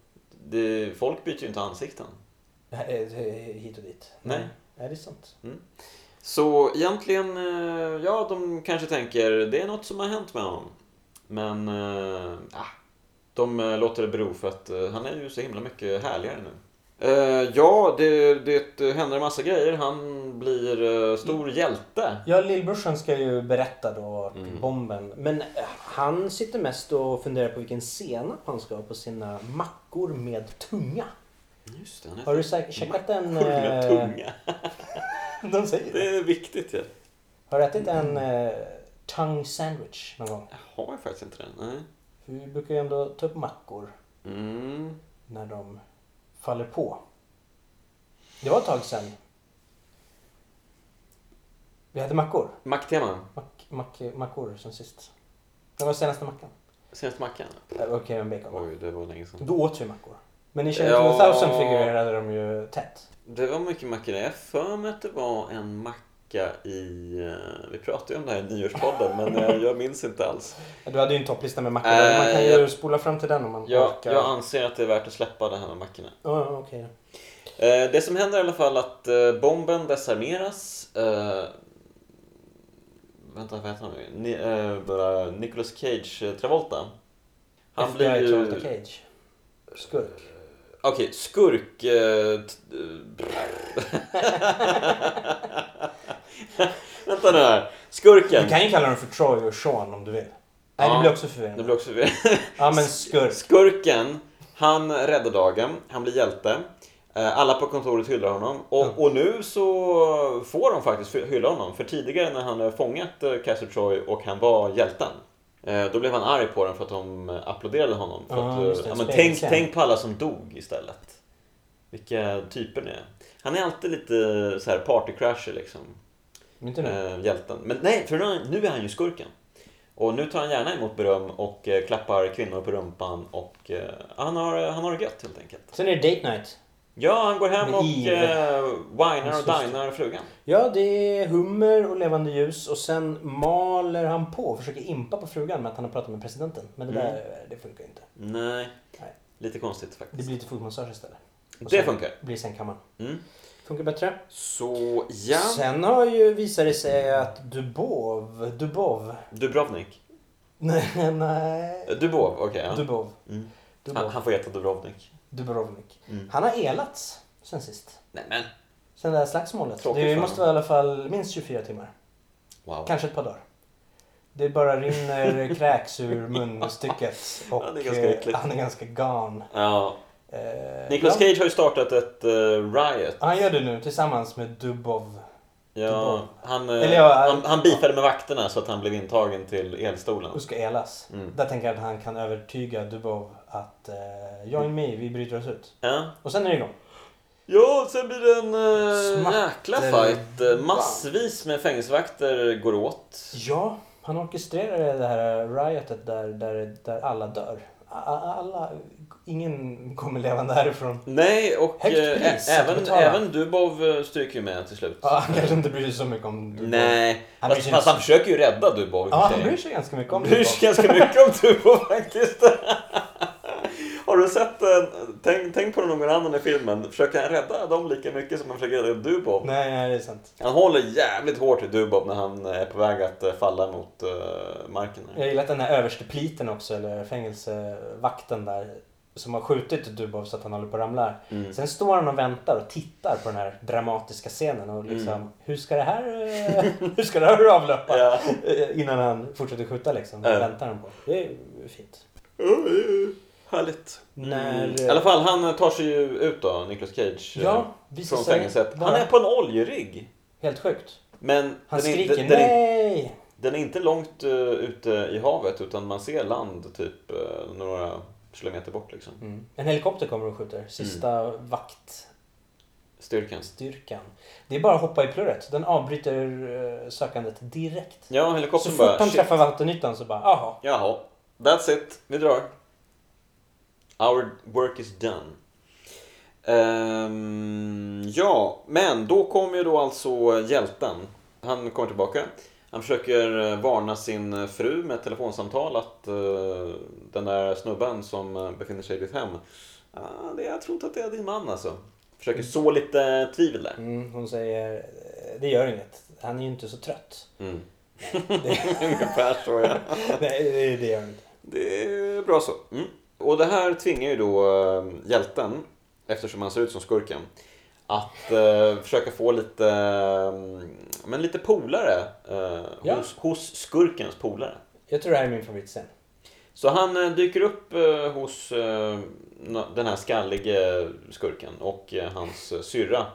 Det, folk byter ju inte ansikten.
Eh, eh, Hit och dit.
Nej.
Nej, det är sant.
Så egentligen, eh, ja, de kanske tänker det är något som har hänt med honom. Men, eh, ah, de eh, låter det bero för att eh, han är ju så himla mycket härligare nu. Eh, ja, det, det händer en massa grejer. Han blir eh, stor hjälte.
Ja, lillbrorsan ska ju berätta då
Mm.
bomben. Men eh, han sitter mest och funderar på vilken senap han ska ha på sina mackor med tunga.
Just det, han
Har
är
du sä- käkat en...
full med
eh,
tunga.
<laughs> De säger det.
Det är viktigt ju. Ja.
Har du ätit en eh, tongue sandwich någon gång?
Jag har ju faktiskt inte den. Nej.
För Vi brukar ju ändå ta upp mackor
Mm.
när de faller på. Det var ett tag sedan. Vi hade mackor.
Macktema.
Mack, mack, mackor som sist. Det var senaste mackan.
Senaste mackan.
Eh, Okej, en bacon.
Oj, det var länge sedan.
Då åt vi mackor. Men i Shannon
Ja.
2000 figurerade de ju tätt.
Det var mycket mackor. Jag har för mig att det var en macka i... eh, Vi pratade ju om det här i nyårspodden, men <laughs> eh, jag minns inte alls.
Du hade ju en topplista med mackor.
Äh,
man kan ju
jag-
spola fram till den om man
Jag,
orkar.
jag anser att det är värt att släppa det här med mackorna.
Ja, ja, okej.
Eh, Det som händer i alla fall är att eh, bomben desarmeras. Eh, Vänta, vad heter han nu? Ni, eh, bara Nicolas Cage eh, Travolta. Han blir
FBI
ju...
Travolta Cage. Skurk.
Okej, skurk... eh, <laughs> t- eh, Vänta nu här. Skurken.
Du kan ju kalla dem för Troy och Sean om du vill. Nej,
Ja.
det blir också
Det
förvirrande.
blir också <laughs>
Ja, men skurk.
Skurken, han räddar dagen, han blir hjälte. Eh, Alla på kontoret hyllar honom. Och,
Mm.
och nu så får de faktiskt hylla honom. För tidigare när han hade fångat eh, Castle Troy och han var hjälten. eh, Då blev han arg på dem för att de eh, applåderade honom. För
Ja,
att, eh,
Ah, just det,
ja, men tänk,
spegelkläm.
tänk på alla som dog istället. Vilka typer ni är. Han är alltid lite eh, så här partycrasher liksom.
Men Inte nu.
Eh, hjälten. Men nej, för nu är han- nu är han ju skurken. Och nu tar han gärna emot beröm och eh, klappar kvinnor på rumpan och eh, han, har, han har det gött helt enkelt.
Sen är det date night.
Ja, han går hem
Med
och
Eve.
eh, whinar
Hans
och
syster.
dinar frugan.
Ja, det är hummer och levande ljus och sen maler han på och försöker impa på frugan med att han har pratat med presidenten. Men det
Mm.
där, det funkar ju inte.
Nej,
Nej.
lite konstigt
Det
faktiskt.
blir lite fotmassage istället.
Det,
Och sen
funkar.
Blir sen kammaren.
Mm.
Funkar bättre.
Så ja,
Sen har ju visat det sig att Dubov... Dubov... <laughs>
Dubrovnik.
Nej, nej.
Eh, Dubov, okej. ja.
Dubov.
Mm. Han,
Dubov.
han får heta Dubrovnik.
Dubrovnik.
Mm.
Han har elats sen sist.
Nej men,
Sen det här slagsmålet.
Tråkigt
det
för
måste vara i
honom.
alla fall minst 24 timmar.
wow.
Kanske ett par dagar. Det
<laughs>
bara rinner kräks ur munstycket. Och
Ja, det är ganska
eh,
äckligt.
han är ganska gan.
Ja.
Eh,
Nicolas
ja.
Cage har ju startat ett eh, riot.
Han gör det nu tillsammans med Dubov.
Ja,
Dubov.
han, eh,
Eller ja,
han, han beefade med vakterna så att han blev intagen till elstolen.
och ska elas.
Mm.
Där tänker jag att han kan övertyga Dubov att eh, join me, vi bryter oss ut.
Ja.
Och sen är det igång.
ja, sen blir det en eh,
Smatter-
jäkla fight. Eh, Massvis med fängelsevakter går åt.
Ja, han orkestrerade det här riotet där, där, där alla dör. A- a- Alla, ingen kommer levande härifrån.
Nej, och
Högt
eh, ä-
pris att
även,
betala.
även Dubov eh, stryker ju med till slut.
Ja, han kanske inte bryr sig så mycket om Dubov.
Nej,
Han bryr
fast,
sig
fast
inte.
han försöker ju rädda Dubov. i och
Ja,
för
han
sig.
bryr sig ganska mycket om
bryr
Dubov.
sig ganska mycket om Dubov faktiskt. <laughs> Har du sett, eh, tänk, tänk på någon annan i filmen, försöker han rädda dem lika mycket som han försöker rädda Dubov?
Nej, nej, det är sant.
Han håller jävligt hårt i Dubov när han är på väg att eh, falla mot eh, marken. här.
Jag gillar att den här överstepliten också, eller fängelsevakten där, som har skjutit Dubov så att han håller på att ramla.
Mm.
Sen står han och väntar och tittar på den här dramatiska scenen och liksom, hur ska det här, eh, <laughs> hur ska det här avlöpa?
Mm. Ja.
Eh, Innan han fortsätter skjuta liksom,
Ja.
det väntar han på. Det är fint.
Härligt. Mm.
När, eh,
I alla fall, han tar sig ju ut då, Nicolas Cage. eh,
Ja, visar
från
sig
fängelset.
vara-
Han är på en oljerigg.
Helt sjukt.
Men
Han
den, är,
skriker
den, den, är,
nej!
den är inte långt uh, ute i havet utan man ser land typ eh, några kilometer bort liksom. Mm.
Mm. En helikopter kommer och skjuter. Sista vakt.
Styrkan.
styrkan. Det är bara att hoppa i plurret. Den avbryter eh, sökandet direkt.
Ja,
Så
helikoptern
fort
bara...
han
Shit.
träffar vattenytan så bara, jaha.
Jaha, that's it. Vi drar. Our work is done. Ehm, ja, men då kommer ju då alltså hjälten. Han kommer tillbaka. Han försöker eh, varna sin fru med ett telefonsamtal att eh, den där snubben som eh, befinner sig i ditt hem, ah, det, jag tror inte att det är din man alltså. Försöker så lite tvivel där.
Mm, hon säger, eh, det gör inget. Han är ju inte så <laughs> trött.
Mm. <laughs>
Det,
Ungefär så ja.
nej, det, det gör han inte.
Det är bra så. Mm. Och det här tvingar ju då eh, hjälten, eftersom han ser ut som skurken, att eh, försöka få lite, eh, men lite polare eh,
Ja.
hos, hos skurkens polare.
Jag tror det här är min favoritscen.
Så han eh, dyker upp eh, hos eh, na- den här skallige skurken och eh, hans eh, syrra.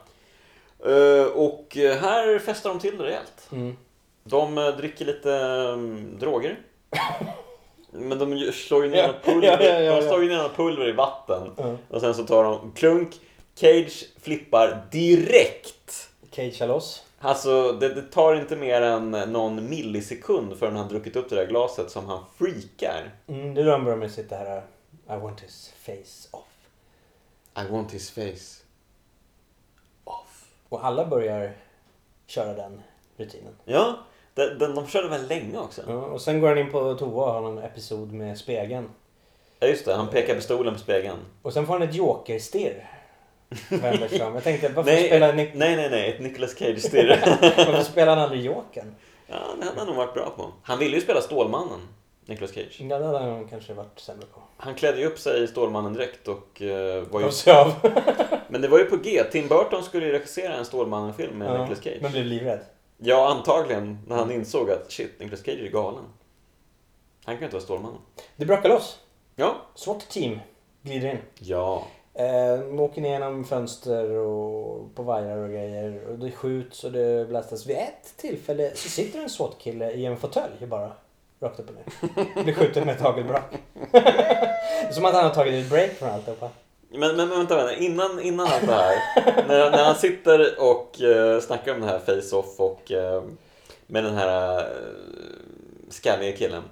Eh, och eh, här festar de till det rejält.
Mm.
De eh, dricker lite eh,
<laughs>
droger. Men de ju- slår ju
Ja,
ner pulver,
ja, ja, ja,
de
ja.
slår ju ner pulver i vatten.
Ja.
Och sen så tar de klunk. Cage flippar direkt.
Cagea loss.
Alltså det, det tar inte mer än någon millisekund förrän han druckit upp det där glaset som han freakar.
Mm, det är då han börjar med sitt det här, eh, I want his face off.
I want his face.
Och alla börjar köra den rutinen.
Ja, den, den, de körde väl länge också?
Ja, och sen går han in på toa och har någon episod med spegeln.
Ja just det, han pekar pistolen på spegeln.
Och sen får han ett jokerstirr. Vänder fram. Jag tänkte, <laughs> varför,
Nej,
spelar,
nej,
Nic-
nej, nej, ett Nicolas Cage-stirr.
varför spelar han aldrig jokern?
ja, det hade han nog varit bra på. Han ville ju spela Stålmannen, Nicolas Cage.
Ja, Det hade han kanske varit sämre på.
Han klädde ju upp sig i Stålmannen-dräkt och eh, var ju...
Och så av.
Men det var ju på G. Tim Burton skulle ju regissera en Stålmannen-film med
Ja,
Nicolas Cage.
Men blev livrädd.
Ja, antagligen när han insåg att shit, Nicolas Cage är galen. Han kan ju inte vara Stålmannen.
Det brakar loss.
Ja.
SWAT team glider in.
Ja.
Eh, de åker ner genom fönster och på vajrar och grejer. Och det skjuts och det blastas. Vid ett tillfälle så sitter en SWAT-kille i en fåtölj bara. Rakt upp och ner. Blir skjuten med ett hagelbrak. <laughs> Som att han har tagit ett break från alltihopa.
Men, men, men vänta, vänta. Innan, innan allt det här. när, när han sitter och uh, snackar om det här face-off och eh, med den här uh, skallige killen.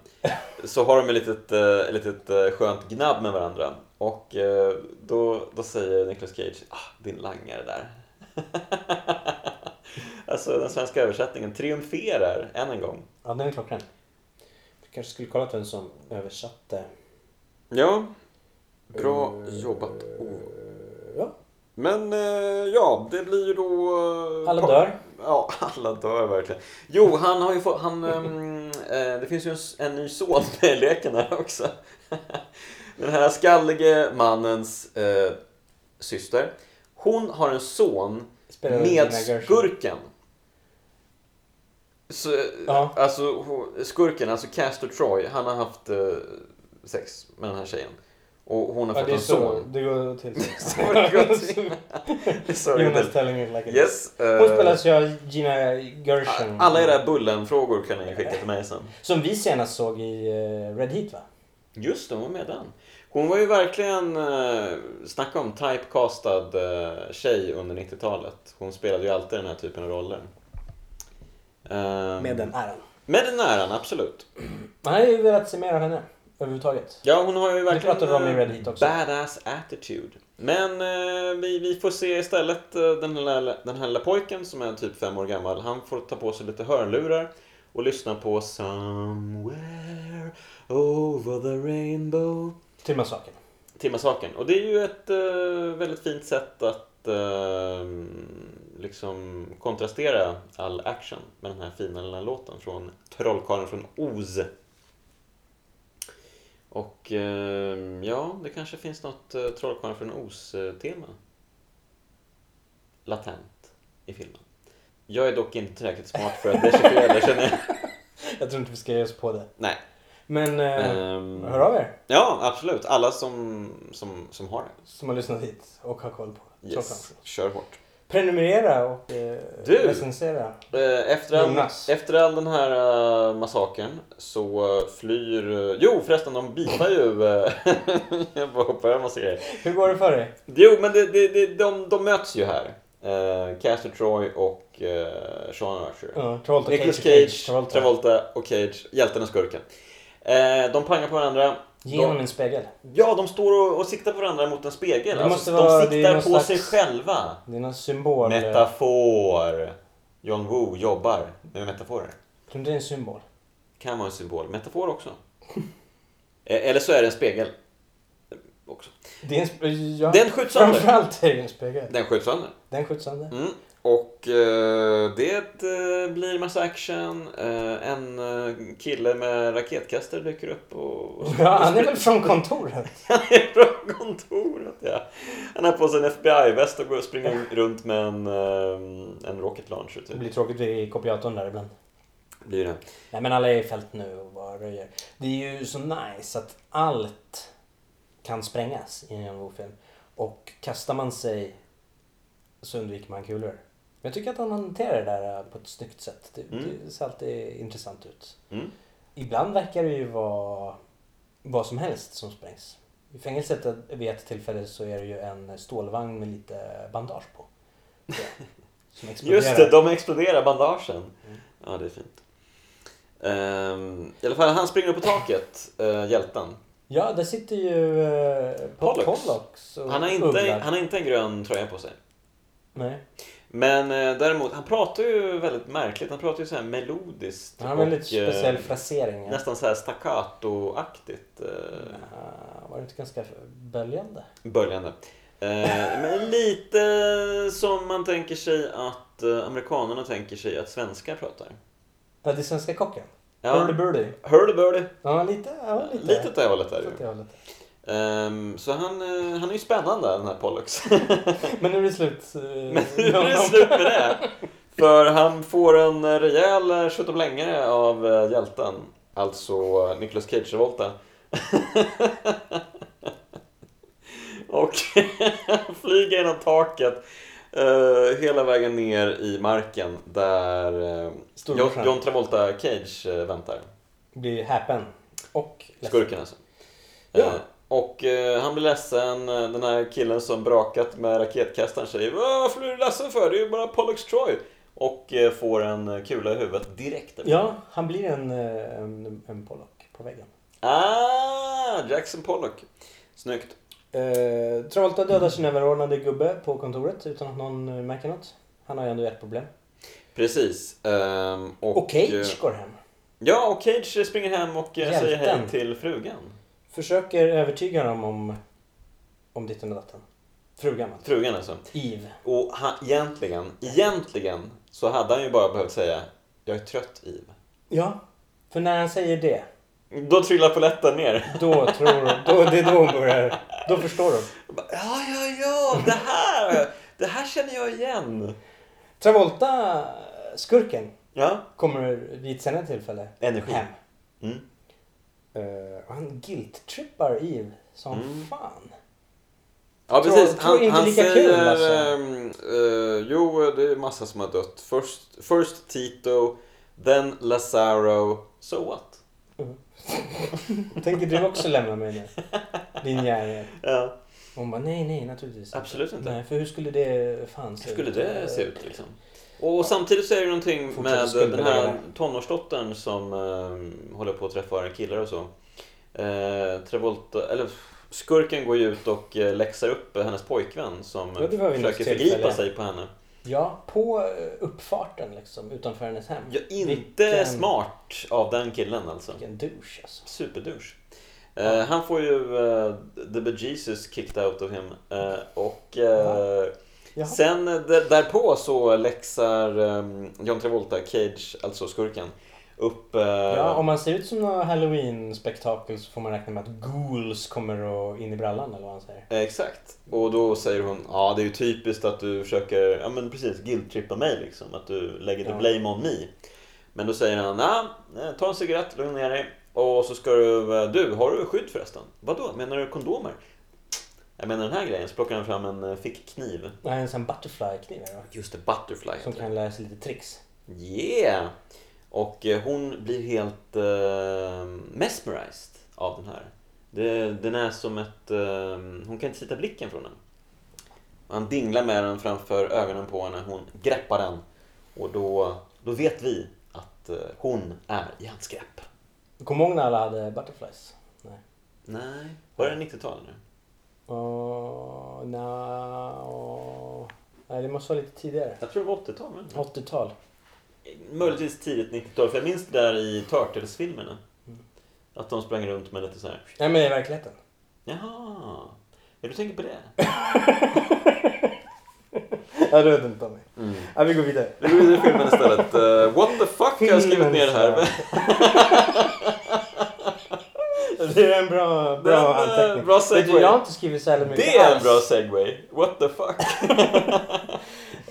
Så har de ett litet, uh, litet eh, skönt gnabb med varandra. Och eh, då, då säger Nicolas Cage, ah, din langare där. <laughs> alltså den svenska översättningen triumferar än en gång.
Ja, den är klockren. Vi kanske skulle kollat vem som översatte. Eh,
Ja, bra jobbat.
Ja.
Eh, Men eh, ja, det blir ju då... eh,
Alla
par-
dör.
Ja, alla dör verkligen. Jo, han har ju fått... Han, ehm, eh, det finns ju en, s- en ny son med i leken här också. <laughs> Den här skallige mannens eh, syster. Hon har en son
Spelar
med
Regina Gershon.
skurken. Så, eh,
Ja.
Alltså ho- skurken, alltså Castor Troy, han har haft eh, sex med den här tjejen. Och hon har
Ja,
fått
det är
en
så.
son. <laughs>
Det går till
Så det går till. <laughs> Det är så
Jonas
roligt.
telling it like it is.
Yes. eh,
Hon spelas ju av Gina Gershon.
alla era Bullen-frågor kan ni skicka till mig sen.
Som vi senast såg i eh, Red Heat va?
Just det, hon var med den. Hon var ju verkligen, eh, snacka om typecastad eh, tjej under 90-talet. Hon spelade ju alltid den här typen av roller. Ehm,
Med den äran.
Med den äran, absolut.
Man hade ju velat se mer av henne. Överhuvudtaget.
Ja, hon har ju verkligen
pratade om i
eh,
Red Heat också.
badass attitude. Men eh, vi, vi får se istället eh, den, lilla, den här lilla pojken som är typ fem år gammal. Han får ta på sig lite hörlurar och lyssna på Somewhere over the rainbow.
Till massaken.
Timmersaken. Och det är ju ett eh, väldigt fint sätt att eh, liksom kontrastera all action med den här fina lilla låten från Trollkarlen från Oz. Och eh, ja, det kanske finns något eh, Trollkarlen från Oz-tema. Latent i filmen. Jag är dock inte tillräckligt smart för att dechiffrera det känner jag.
Jag tror inte vi ska ge oss på det.
Nej.
Men eh,
Ehm,
hör av er
ja, absolut. Alla som, som, som har det.
som har lyssnat hit och har koll på
Yes.
Trollkarlen.
Kör hårt.
Prenumerera och eh,
Du!
recensera.
Eh, Efter all,
Jonas.
efter all den här uh, massakern så eh, flyr... eh, jo förresten, de bitar ju... eh, <laughs> jag bara hoppar över massa grejer. Mm.
Hur går det för dig?
Jo, men det, det, det, de, de möts ju här. eh, Caster Troy och eh, Sean Archer.
Ja, Travolta,
Nicolas
Cage,
Cage,
Travolta.
Travolta. och Cage, hjälten och skurken. Eh, de pangar på varandra.
Ge honom en spegel.
Ja, de står och, och siktar på varandra mot en spegel.
Det måste
Alltså,
vara-
de
det är
siktar
någon
på
slags-
sig själva.
Det är någon symbol. eh,
Metafor. John Woo jobbar med metaforer.
Tror du det är en symbol?
Kan vara en symbol. Metafor också. Eh, Eller så är det en spegel. Eh, Också.
Det är en sp- ja.
Den skjuts sönder.
Framförallt är det en spegel.
Den skjuts sönder.
Den skjuts sönder.
Mm. Och eh, det eh, blir massa action. Eh, en eh, kille med raketkastare dyker upp och... och
<laughs> Ja, han är väl från kontoret?
<laughs> Han är från kontoret, ja. Han har på sig en FBI-väst och går och springer runt med en, eh, en rocket launcher,
Det
typ.
blir tråkigt i kopiatorn där ibland.
Blir det.
Nej men alla är i fält nu och bara röjer. Det är ju så nice att allt kan sprängas i en John Woo-film. Och kastar man sig så undviker man kulor. Men jag tycker att han hanterar det där eh, på ett snyggt sätt. Det,
Mm.
det ser alltid intressant ut.
Mm.
Ibland verkar det ju vara vad som helst som sprängs. I fängelset eh, vid ett tillfälle så är det ju en stålvagn med lite bandage
<laughs>
på. Ja. Som
Just det,
exploderar.
de exploderar bandagen. Ja, det är fint. Ehm, I alla fall, han springer upp på taket, eh, hjälten.
Ja, där sitter ju eh, Paul
Pollux.
Pollux och
Han har, inte,
ugglar.
han har inte en grön tröja på sig.
Nej,
Men eh, däremot, han pratar ju väldigt märkligt. Han pratar ju så här melodiskt.
han har väl lite
och, eh,
speciell frasering. ja.
Nästan så här staccato-aktigt. eh,
Ah, Var det inte ganska böljande?
böljande. Eh, men lite som man tänker sig att eh, amerikanerna tänker sig att svenskar pratar.
Ja, det är svenska kocken. Hurdy
Ja,
burdy.
hurdy-burdy.
Ja, lite. Ja, lite.
Lite åt det hållet är det
Så
ju.
att det var lite.
Ehm, Så han, eh, han är ju spännande den här Pollux.
Men nu är det slut. eh,
Men nu är det
honom.
slut med det. För han får en eh, rejäl eh, köttoblängare av eh, hjälten. Alltså eh, Nicolas Cage-revolta. <laughs> Och <laughs> flyger genom taket eh, hela vägen ner i marken där eh, John,
Storbrorsan.
John Travolta Cage eh, väntar.
Blir häpen. Och ledsen.
Skurken alltså.
Ja.
Eh, och eh, han blir ledsen, eh, den här killen som brakat med raketkastaren säger Varför är du ledsen för? Det är ju bara Pollux Troy! Och eh, får en eh, kula i huvudet direkt.
Ja, han blir en, eh, en, en Pollock på väggen.
Ah, Jackson Pollock. Snyggt.
Eh, Travolta dödar sin överordnade gubbe på kontoret utan att någon eh, märker något. Han har ju ändå ett problem.
Precis. Ehm, och,
Och
eh,
Cage går hem.
Ja, och Cage springer hem och eh, säger
Hjälten.
hej till frugan.
Försöker övertyga dem om, om ditten och datten. Frugan alltså.
Frugan alltså.
Eve.
Och han, egentligen, egentligen så hade han ju bara behövt säga Jag är trött, Eve.
Ja. För när han säger det,
Då trillar polletten ner. <laughs>
då tror då, det är då hon börjar... Då förstår hon.
Och bara, Ja, ja, ja, det här! Det här känner jag igen!
Travolta, eh, skurken,
Ja.
kommer vid ett senare tillfälle
Energi.
hem.
Mm.
Eh, och han guilt-trippar Eve som
Mm.
fan.
Ja,
Tror-
precis.
tror
Han,
inte
han
lika
säger...
kul, alltså.
ehm, eh, jo, det är massa som har dött. First, first Tito, then Lazaro, so what?
Tänker du också lämna mig nu? Din jävel.
Ja,
Hon bara, nej, nej, naturligtvis inte."
Absolut inte.
Nej, för hur skulle det fan se
hur skulle
ut?
det se ut liksom? Typ. Och samtidigt så är det ju någonting
Fortsätter
med den här
skuldbelägga
tonårsdottern som eh, håller på att träffa killar och så. Eh, Travolta, eller skurken går ju ut och eh, läxar upp hennes pojkvän som eh,
Ja, det var vid något
försöker
tillfälle.
förgripa sig på henne.
Ja, på eh, uppfarten liksom, utanför hennes hem.
Ja, inte
Vilken-
smart av den killen alltså.
Vilken douche alltså.
Superdouche. Eh, han får ju eh, the bejesus kicked out of him. Eh, och eh,
Jaha.
sen eh, d- därpå så läxar eh, John Travolta, Cage, alltså skurken, upp... Eh,
Ja, om man ser ut som några halloween-spektakel så får man räkna med att ghouls kommer och in i brallan eller vad han säger.
eh, Exakt. Och då säger hon ja det är ju typiskt att du försöker, ja men precis, guilt-trippa mig liksom. Att du lägger the
Ja.
blame on me. Men då säger han, "Ja, eh, ta en cigarett, lugna ner dig. Och så ska du, eh, du, har du skydd förresten? Vadå, menar du kondomer? Jag menar den här grejen, så plockar han fram en eh, fickkniv.
Det här är en sån butterfly-kniv va?
Just det, butterfly.
Som kan lära sig lite tricks.
Yeah! Och eh, hon blir helt eh, mesmerized av den här. Det, den är som ett... Eh, hon kan inte slita blicken från den. Han dinglar med den framför ögonen på henne, hon greppar den. Och då, då vet vi att eh, hon är i hans grepp.
Kommer ihåg när alla hade butterflies? Nej.
Nej, var det 90-tal nu?
Uh, no. Nej, det måste vara lite tidigare.
Jag tror det var 80-tal. men-
80-tal.
Möjligtvis tidigt 90-tal, för jag minns det där i Turtles-filmerna. Att de sprang runt med lite så här.
Nej, men i verkligheten.
Jaha, ja, du tänker på det?
Ja, du vet inte om mig.
Mm.
Ja, vi går vidare.
Nu går vi vidare i filmen istället. Eh, what the fuck har jag skrivit ner här.
<laughs> Det är en bra,
Det är en,
bra
eh,
anteckning.
bra
Vet du,
segway.
Jag har inte skrivit så jävla mycket
Det är en
alls.
bra segway. What the fuck?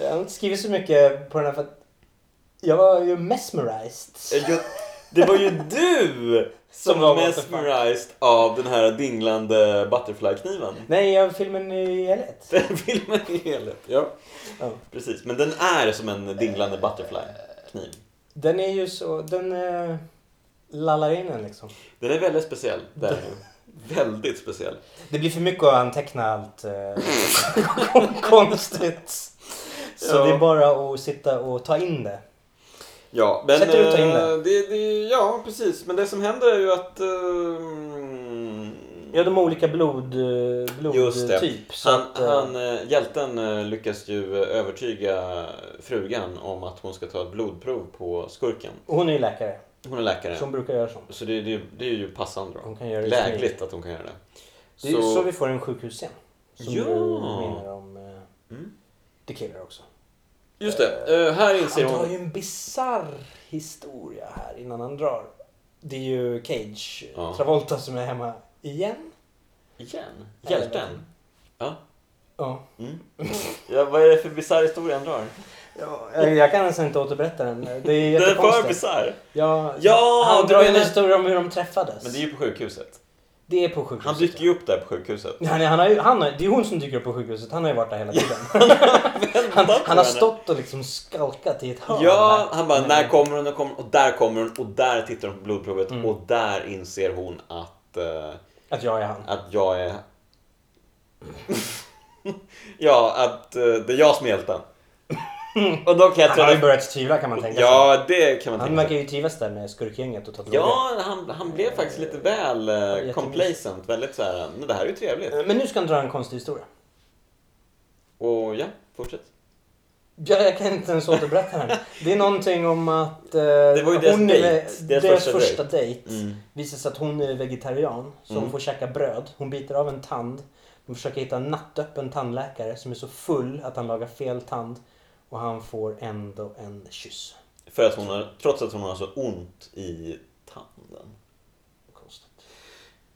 Jag har inte skrivit så mycket på den här för att jag var ju mesmerized.
Eh, jag- Det var ju du som
Som var
var
what the fuck.
mesmerized av den här dinglande butterflykniven. <laughs>
Nej, jag filmen i helhet.
Den filmen i helhet, ja.
Ja.
Precis, men den är som en dinglande butterflykniv.
Den är ju så... Den eh, lallar in en liksom.
Den är väldigt speciell. Där. väldigt speciell.
Det blir för mycket att anteckna allt eh, <laughs> kon- konstigt. Så
Ja.
det är bara att sitta och ta in det.
Ja, men...
Sätter du ta in
eh,
det?
Det, det, ja, precis. Men det som händer är ju att... ehm,
Ja, de har olika blod, eh,
Just det.
blodtyp. Så
han,
att, eh,
han, eh, hjälten eh, lyckas ju övertyga frugan om att hon ska ta ett blodprov på skurken.
Hon är ju läkare,
Hon är läkare.
som brukar göra sånt.
Så det, det, det är ju passande då.
Hon kan göra det
Lägligt att hon kan göra det.
Det är ju så vi får en sjukhusscen. Som
Ja.
ju minner om eh,
Mm.
The Killer också.
Just det, eh, här
Han
inser
drar
hon...
ju en bizarr historia här innan han drar. Det är ju Cage, eh,
Ja.
Travolta, som är hemma igen.
Igen? Hjälten? Ja.
Ja.
Mm. ja. Vad är det för bisarr historia han drar?
Ja, jag jag kan nästan inte återberätta den.
<laughs>
Det är
Den är för
jättekonstigt.
bisarr.
Ja,
Ja,
han
du
drar ju en
menar-
historia om hur de träffades.
Men det är ju på sjukhuset.
Det är på sjukhuset.
Han dyker ju upp där på sjukhuset. <laughs>
Han, är- han har ju, han har, det är ju hon som dyker upp på sjukhuset. Han har ju varit där hela tiden. Han,
Vänta på
han
henne.
har stått och liksom skalkat i ett hörn.
Ja,
där.
han bara
Men-
när kommer hon, när kommer hon?" och där kommer hon och där tittar hon på blodprovet
Mm.
och där inser hon att, eh,
Att jag är han.
att jag är... <laughs> ja, att eh, det är jag som är hjälten. och då kan jag
Han har ju
träna...
börjat tvivla kan man tänka sig.
Ja, det kan man
Han
tänka sig.
verkar ju trivas där med skurkgänget och ta droger.
Ja, han, han blev faktiskt lite väl eh,
jättemysigt.
complacent. Väldigt så här, men det här är ju trevligt.
Eh, Men nu ska han dra en konstig historia.
Och ja, fortsätt.
Ja, jag kan inte ens återberätta den. Det är någonting om att eh,
Det var ju deras
hon är-
dejt. Deras
Deras,
första
första,
dejt.
dejt.
Mm.
Visar sig att hon är vegetarian. Så
Mm.
hon får käka bröd. Hon biter av en tand. De försöker hitta en nattöppen tandläkare som är så full att han lagar fel tand. Och han får ändå en kyss.
För att hon har, trots att hon har så ont i tanden.
Konstigt.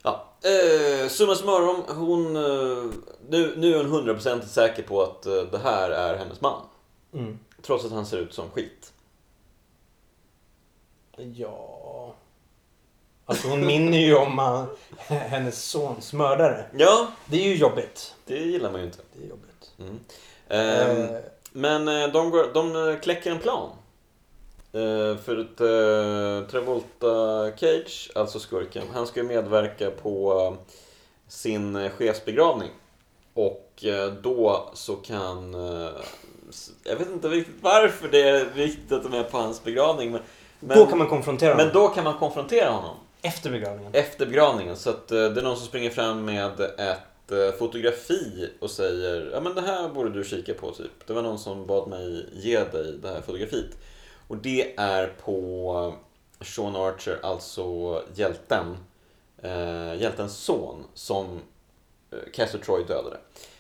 Ja. Eh, summa summarum, hon... Eh, nu, nu är hon 100% säker på att eh, det här är hennes man.
Mm.
Trots att han ser ut som skit.
Ja... Alltså hon minner ju om eh, hennes sons mördare.
Ja,
Det är ju jobbigt.
det gillar man ju inte.
Det är jobbigt.
Mm. Ehm,
Eh,
Men eh, de, går, de eh, kläcker en plan. Eh, För att eh, Travolta Cage, alltså skurken, han ska ju medverka på eh, sin eh, chefsbegravning. Och eh, då så kan... eh, s- Jag vet inte riktigt varför det är viktigt att de är på hans begravning. Men, men,
då kan man konfrontera honom.
men då kan man konfrontera honom
Efter begravningen.
efter begravningen. Så att eh, det är någon som springer fram med ett eh, fotografi och säger ja men det här borde du kika på typ. Det var någon som bad mig ge dig det här fotografiet. Och det är på Sean Archer, alltså hjälten. Eh, hjältens son som eh, Castor Troy dödade.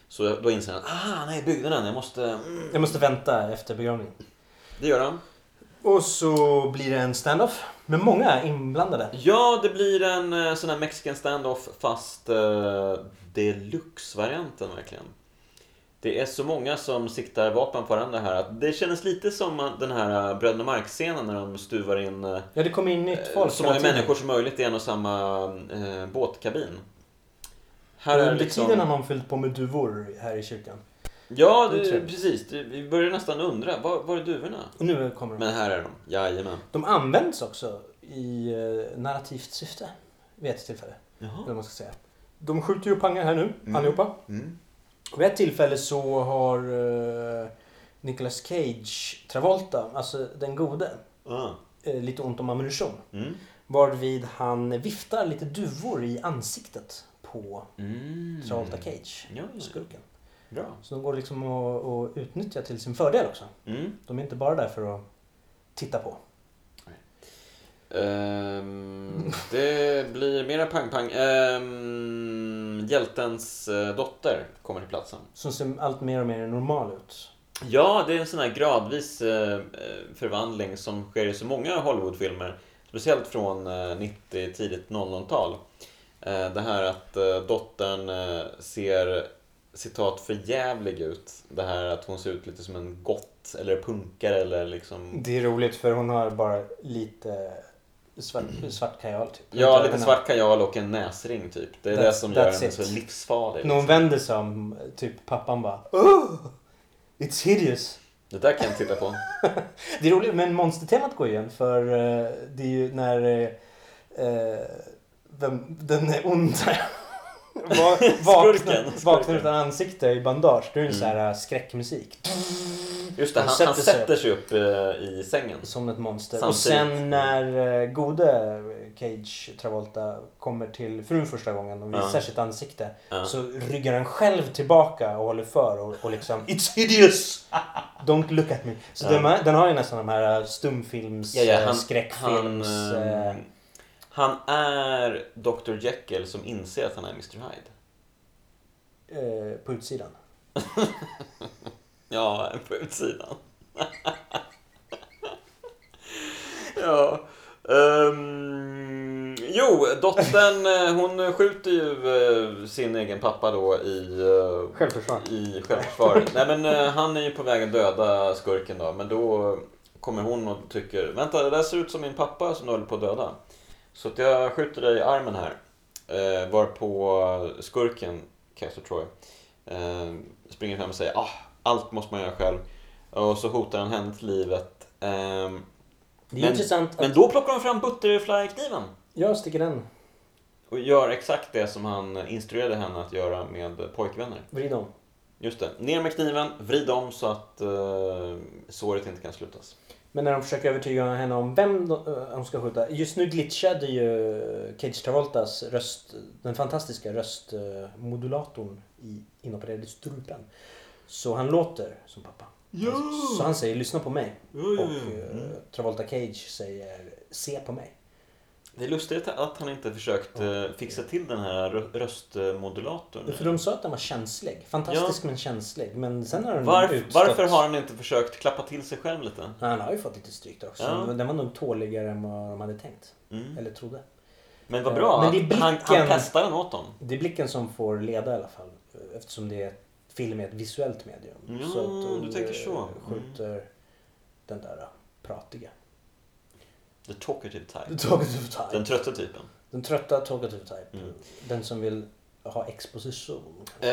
Så då inser han, ah nej byggnaden, jag måste... Mm.
Jag måste vänta efter begravningen.
Det gör han.
Och så blir det en stand-off med många inblandade.
Ja, det blir en eh, sån här mexican standoff fast eh, deluxe-varianten verkligen. Det är så många som siktar vapen på varandra här att det kändes lite som eh, den här eh, Bröderna Marx-scenen när de stuvar in eh,
Ja, det kommer in nytt folk.
så många
hela tiden.
människor som möjligt i en och samma eh, båtkabin. Här är
Under tiden har
liksom...
någon fyllt på med duvor här i kyrkan.
Ja,
Det är
det,
trevligt.
precis. Det- Vi börjar nästan undra, var, var är duvorna?
Och nu kommer de.
Men här är de, jajamän.
De används också i eh, narrativt syfte. Vid ett tillfälle. Eller
Jaha.
vad man ska säga. De skjuter ju pangar här nu,
Mm.
allihopa.
Mm.
Vid ett tillfälle så har eh, Nicolas Cage Travolta, alltså den gode,
Ah.
eh, lite ont om ammunition.
Mm.
Varvid han viftar lite duvor i ansiktet på Travolta Cage,
Mm. Ja, ja.
skurken.
Bra.
Så de går liksom att, att utnyttja till sin fördel också.
Mm.
De är inte bara där för att titta på.
Ehm, det blir mera pang-pang. Ehm, hjältens eh, dotter kommer till platsen.
Som ser allt mer och mer normal ut.
Ja, det är en sån här gradvis eh, förvandling som sker i så många Hollywoodfilmer. Speciellt från eh, 90, tidigt 00-tal. Eh, det här att eh, dottern eh, ser citat för jävlig ut. Det här att hon ser ut lite som en gott eller punkare eller liksom...
Mm. Det är roligt för hon har bara lite svart, svart kajal typ.
Ja, lite
Henne.
svart kajal och en näsring typ. Det är det
That's-
som gör
that's
henne
it.
så livsfarlig.
När hon
liksom.
vänder sig om, typ pappan bara oh, It's hideous.
Det där kan jag titta på.
Det är roligt, men monstertemat går igen för eh, det är ju när eh, eh, vem, den är onda <laughs>
<laughs>
va-
Skurken, Mm.
vaknar, vaknar
skurken.
utan ansikte i bandage. Det är ju så här eh, skräckmusik.
Just det,
Hon
han, han
sätter sig
sätter sig upp eh, i sängen.
Som ett monster.
Samtidigt.
Och sen när eh, gode Cage Travolta kommer till frun första gången och visar
Ja.
sitt ansikte.
Ja.
Så ryggar han själv tillbaka och håller för och, och liksom It's hideous! Don't look at me. Så
Ja.
den, har- den har ju nästan de här eh, stumfilms,
Ja, ja,
eh,
han,
skräckfilms...
Han,
eh,
eh, han är Dr Jekyll som inser att han är Mr Hyde.
eh, på utsidan.
Ja, <laughs> på utsidan. ja. ehm, jo, dottern eh, hon skjuter ju eh, sin egen pappa då i, eh,
Självförsvar.
i självförsvar. Nej men eh, han är ju på väg att döda skurken då. Men då kommer hon och tycker Vänta, det där ser ut som min pappa som du håller på att döda. Så att jag skjuter dig i armen här. Eh, varpå skurken, Castor Troy, eh, springer fram och säger ah, allt måste man göra själv. Och så hotar han henne till livet. Ehm,
Det är
Men-
intressant att
men då plockar de fram butterflykniven.
jag sticker den.
Och gör exakt det som han instruerade henne att göra med pojkvänner.
Vrid om.
Just det. Ner med kniven, vrid om så att eh, såret inte kan slutas.
Men när de försöker övertyga henne om vem de, eh, de ska skjuta. Just nu glitchade ju Cage Travoltas röst, den fantastiska röstmodulatorn i, inopererad i strupen. Så han låter som pappa. Så han säger lyssna på mig. Och eh, Travolta Cage säger se på mig.
Det är lustigt att han inte försökt eh, fixa till den här rö- röstmodulatorn.
För de sa att den var känslig. Fantastisk men känslig. Men sen har den
Varf,
utstått...
varför har han inte försökt klappa till sig själv lite?
Han har ju fått lite stryk där också.
Ja.
Den var nog tåligare än vad de hade tänkt.
Mm.
Eller trodde.
Men vad bra
Eh, Men det är
att han, han
blicken.
testar den åt dem.
Det är blicken som får leda i alla fall. Eftersom det är film är ett visuellt medium.
Ja,
att hon,
du tänker
eh,
så. Mm.
skjuter den där eh, pratiga.
The talkative type.
Talkative type.
Den
typ. Den,
trötta typen.
trötta talkative type.
Mm.
Den som vill ha exposition.
Eh,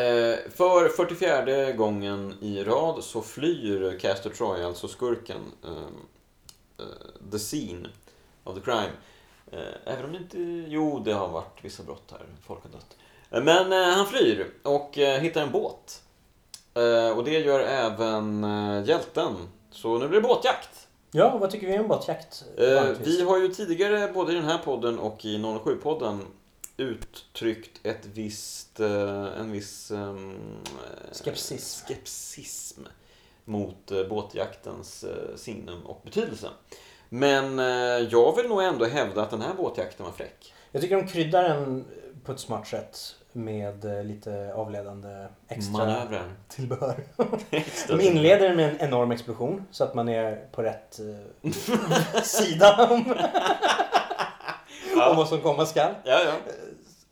för 44 gången i rad så flyr Castor Troy, alltså skurken, ehm, eh, the scene of the crime. Eh, även om det inte... Jo, det har varit vissa brott här. Folk har dött. Eh, men eh, han flyr och eh, hittar en båt. Eh, och det gör även eh, hjälten. Så nu blir det båtjakt.
Ja, vad tycker vi om båtjakt?
Eh,
vanligtvis?
vi har ju tidigare, både i den här podden och i 07-podden, uttryckt ett visst, eh, en viss ehm, eh,
Skepsism.
skepsism mot eh, båtjaktens eh, signum och betydelse. Men eh, jag vill nog ändå hävda att den här båtjakten var fräck.
Jag tycker de kryddar den på ett smart sätt. Med eh, lite avledande extra
Manövrar.
tillbehör.
Extra.
De inleder med en enorm explosion så att man är på rätt eh, sida om, om
Ja,
vad som komma skall.
ja. ja.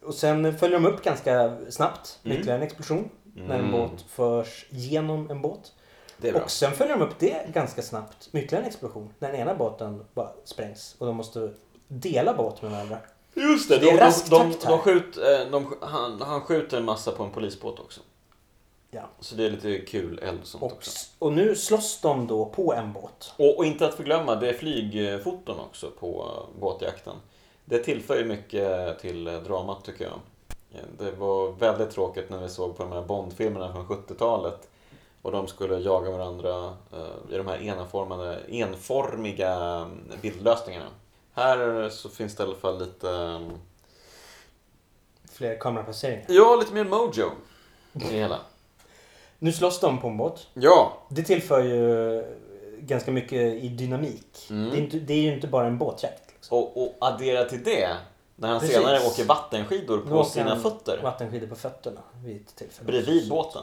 Och sen följer de upp ganska snabbt med
Mm.
ytterligare en explosion. När en
Mm.
båt förs genom en båt.
Det är bra.
Och sen följer de upp det ganska snabbt med ytterligare en explosion. När den ena båten bara sprängs och de måste dela båt med varandra.
Just det,
det är
de,
rask
de, de,
takt här.
de skjut, eh, de, han, han skjuter en massa på en polisbåt också.
Ja.
Så det är lite kul eld och sånt
Och,
också.
och nu slåss de då på en båt.
Och, och inte att förglömma, det är flygfoton också på båtjakten. Det tillför ju mycket till dramat tycker jag. Det var väldigt tråkigt när vi såg på de här Bond-filmerna från 70-talet och de skulle jaga varandra eh, i de här enformade, enformiga eh, bildlösningarna. Här så finns det i alla fall lite, eh,
Fler kamerapasseringar.
ja lite mer mojo i det hela.
Nu slåss de på en båt.
Ja,
Det tillför ju ganska mycket i dynamik.
Mm.
Det, är inte, det är ju inte bara en båtjakt. Liksom.
och, och addera till det när han
Precis.
senare åker vattenskidor
Nu
på
åker
sina
han
fötter
Vattenskidor på fötterna vid ett tillfälle.
bredvid båten.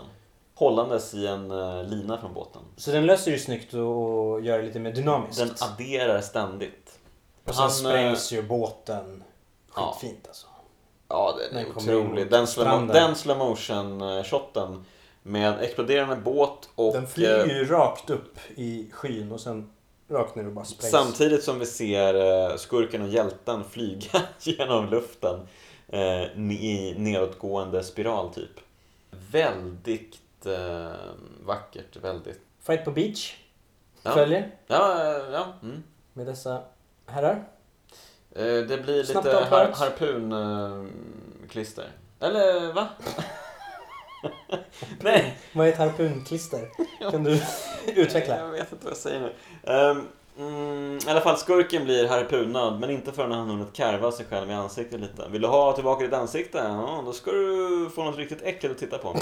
Hållandes i en eh, lina från båten.
Så den löser ju snyggt och och gör det lite mer dynamiskt.
Den adderar ständigt.
och sen
han, eh,
sprängs ju båten.
Ja.
Skitfint alltså.
Ja, den är
Den kommer in
otrolig.
mot
Den slow,
stranden.
den slow motion eh, shotten med exploderande båt och
Den flyger
eh,
ju rakt upp i skyn och sen rakt ner och bara sprängs.
samtidigt som vi ser eh, skurken och hjälten flyga <laughs> genom luften eh, i nedåtgående spiral typ. Väldigt eh, vackert, väldigt...
Fight på beach
Ja.
följer
Ja, eh, ja. Mm.
med dessa herrar.
Eh, Det blir
Snabbt
lite har,
avklarat.
harpunklister. Eller
<laughs>
va? Nej!
Vad är
<laughs>
ett harpunklister? Kan du utveckla?
Jag vet inte vad jag säger nu. Ehm, mm, I alla fall, skurken blir harpunad, men inte förrän han hunnit karva sig själv i ansiktet lite. Vill du ha tillbaka ditt ansikte? Ja, då ska du få något riktigt äckligt att titta på.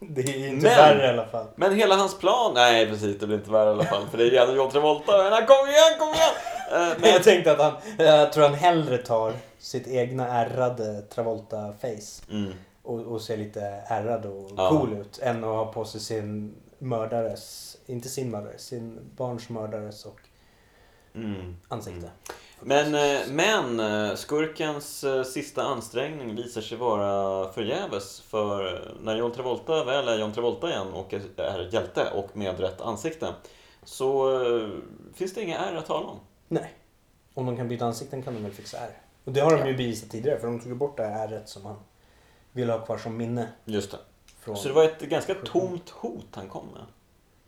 Det är inte
Men-
värre i alla fall.
Men hela hans plan... Nej, precis, det blir inte värre i alla fall. För det är ju ändå John Travolta. Men han, kom igen, kom igen! Eh,
Men jag
men,
tänkte att han, jag tror han hellre tar sitt egna ärrade Travolta-face
mm,
och, och ser lite ärrad och
Ja.
cool ut än att ha på sig sin mördares, inte sin mördare, sin barns mördares och
mm.
ansikte.
Men, eh, men eh, skurkens eh, sista ansträngning visar sig vara förgäves för eh, när John Travolta väl är John Travolta igen och är- är hjälte och med rätt ansikte så eh, finns det inga ärr att tala om.
Nej. Om de kan byta ansikten kan de väl fixa ärr. Och det har de ju bevisat tidigare för de tog ju bort det här ärret som han ville ha kvar som minne.
Just det.
Från...
Så det var ett ganska tomt hot han kom med.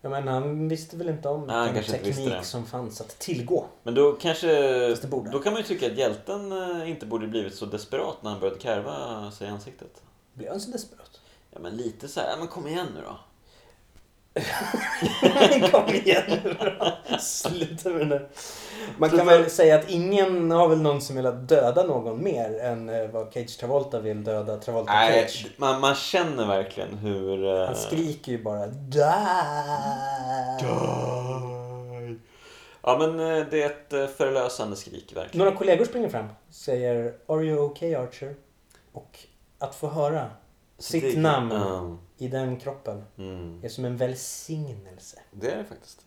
Ja, men han visste väl inte om
Nej, han
den
kanske inte visste
teknik
det.
som fanns att tillgå.
Men då kanske...
Fast det borde.
Då kan man ju tycka att hjälten eh, inte borde blivit så desperat när han började karva sig i ansiktet.
Blev han så desperat?
Ja men lite så här, ja, men kom igen nu då.
<laughs> Kom igen nu då. Sluta med det där. Man
Så
kan
för-
väl säga att ingen har väl någonsin velat döda någon mer än eh, vad Cage Travolta vill döda Travolta
Nej,
Cage.
man, man känner verkligen hur... eh,
Han skriker ju bara "Die!"
Die. Ja men eh, det är ett eh, förlösande skrik verkligen.
Några kollegor springer fram säger Are you okay Archer? Och att få höra sitt
Det-
namn
Ja,
i den kroppen
mm.
är som en välsignelse.
Det är det faktiskt.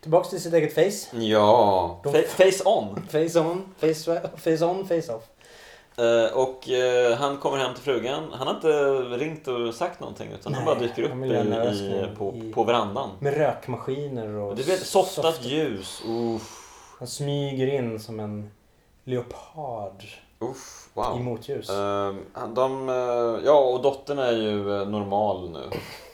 Tillbaks till sitt eget face.
Ja.
De-
Fa- Face on.
Face on, face, face on, face off.
Eh, Och eh, han kommer hem till frugan. Han har inte ringt och sagt någonting utan han
Nej,
bara dyker upp
han
i,
vill lämna
i,
öskan
på,
i-
på verandan.
Med rökmaskiner och...
Du vet, softat
soft-
ljus. Uff.
Han smyger in som en leopard
Uff,
i
wow.
motljus.
Ehm, han- de, eh, ja, och dottern är ju eh, normal nu.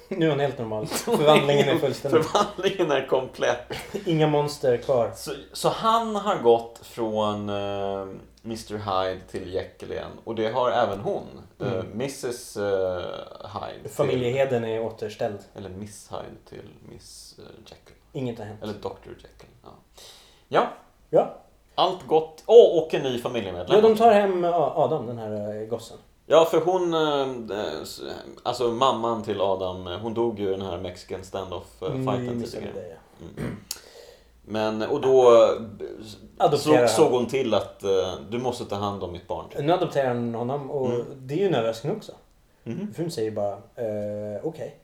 Nu är han helt normal. Förvandlingen
<laughs>
är fullständig.
Förvandlingen är komplett.
Inga monster kvar.
Så, så han har gått från eh, Mr Hyde till Jekyll igen och det har även hon, eh,
Mm.
Mrs eh, Hyde. Till,
Familjeheden är återställd.
eller Miss Hyde till Miss eh, Jekyll.
Inget har hänt.
Eller Dr Jekyll. Ja. ja,
Ja.
allt gott. Åh, och en ny
ja,
familjemedlem.
de tar hem A- Adam, den här eh, gossen.
Ja, för hon, eh, eh, s- alltså mamman till Adam, eh, hon dog ju i den här Mexican Eh,
Mm,
standoff-fighten
missade
tidigare.
det, ja.
Mm. Men, och då eh, s-
Adopterar
såg,
han.
såg hon till att eh, du måste ta hand om mitt barn.
Nu adopterar han honom och det är ju en överraskning också.
Mm. Mhm.
Frun säger bara eh, okej.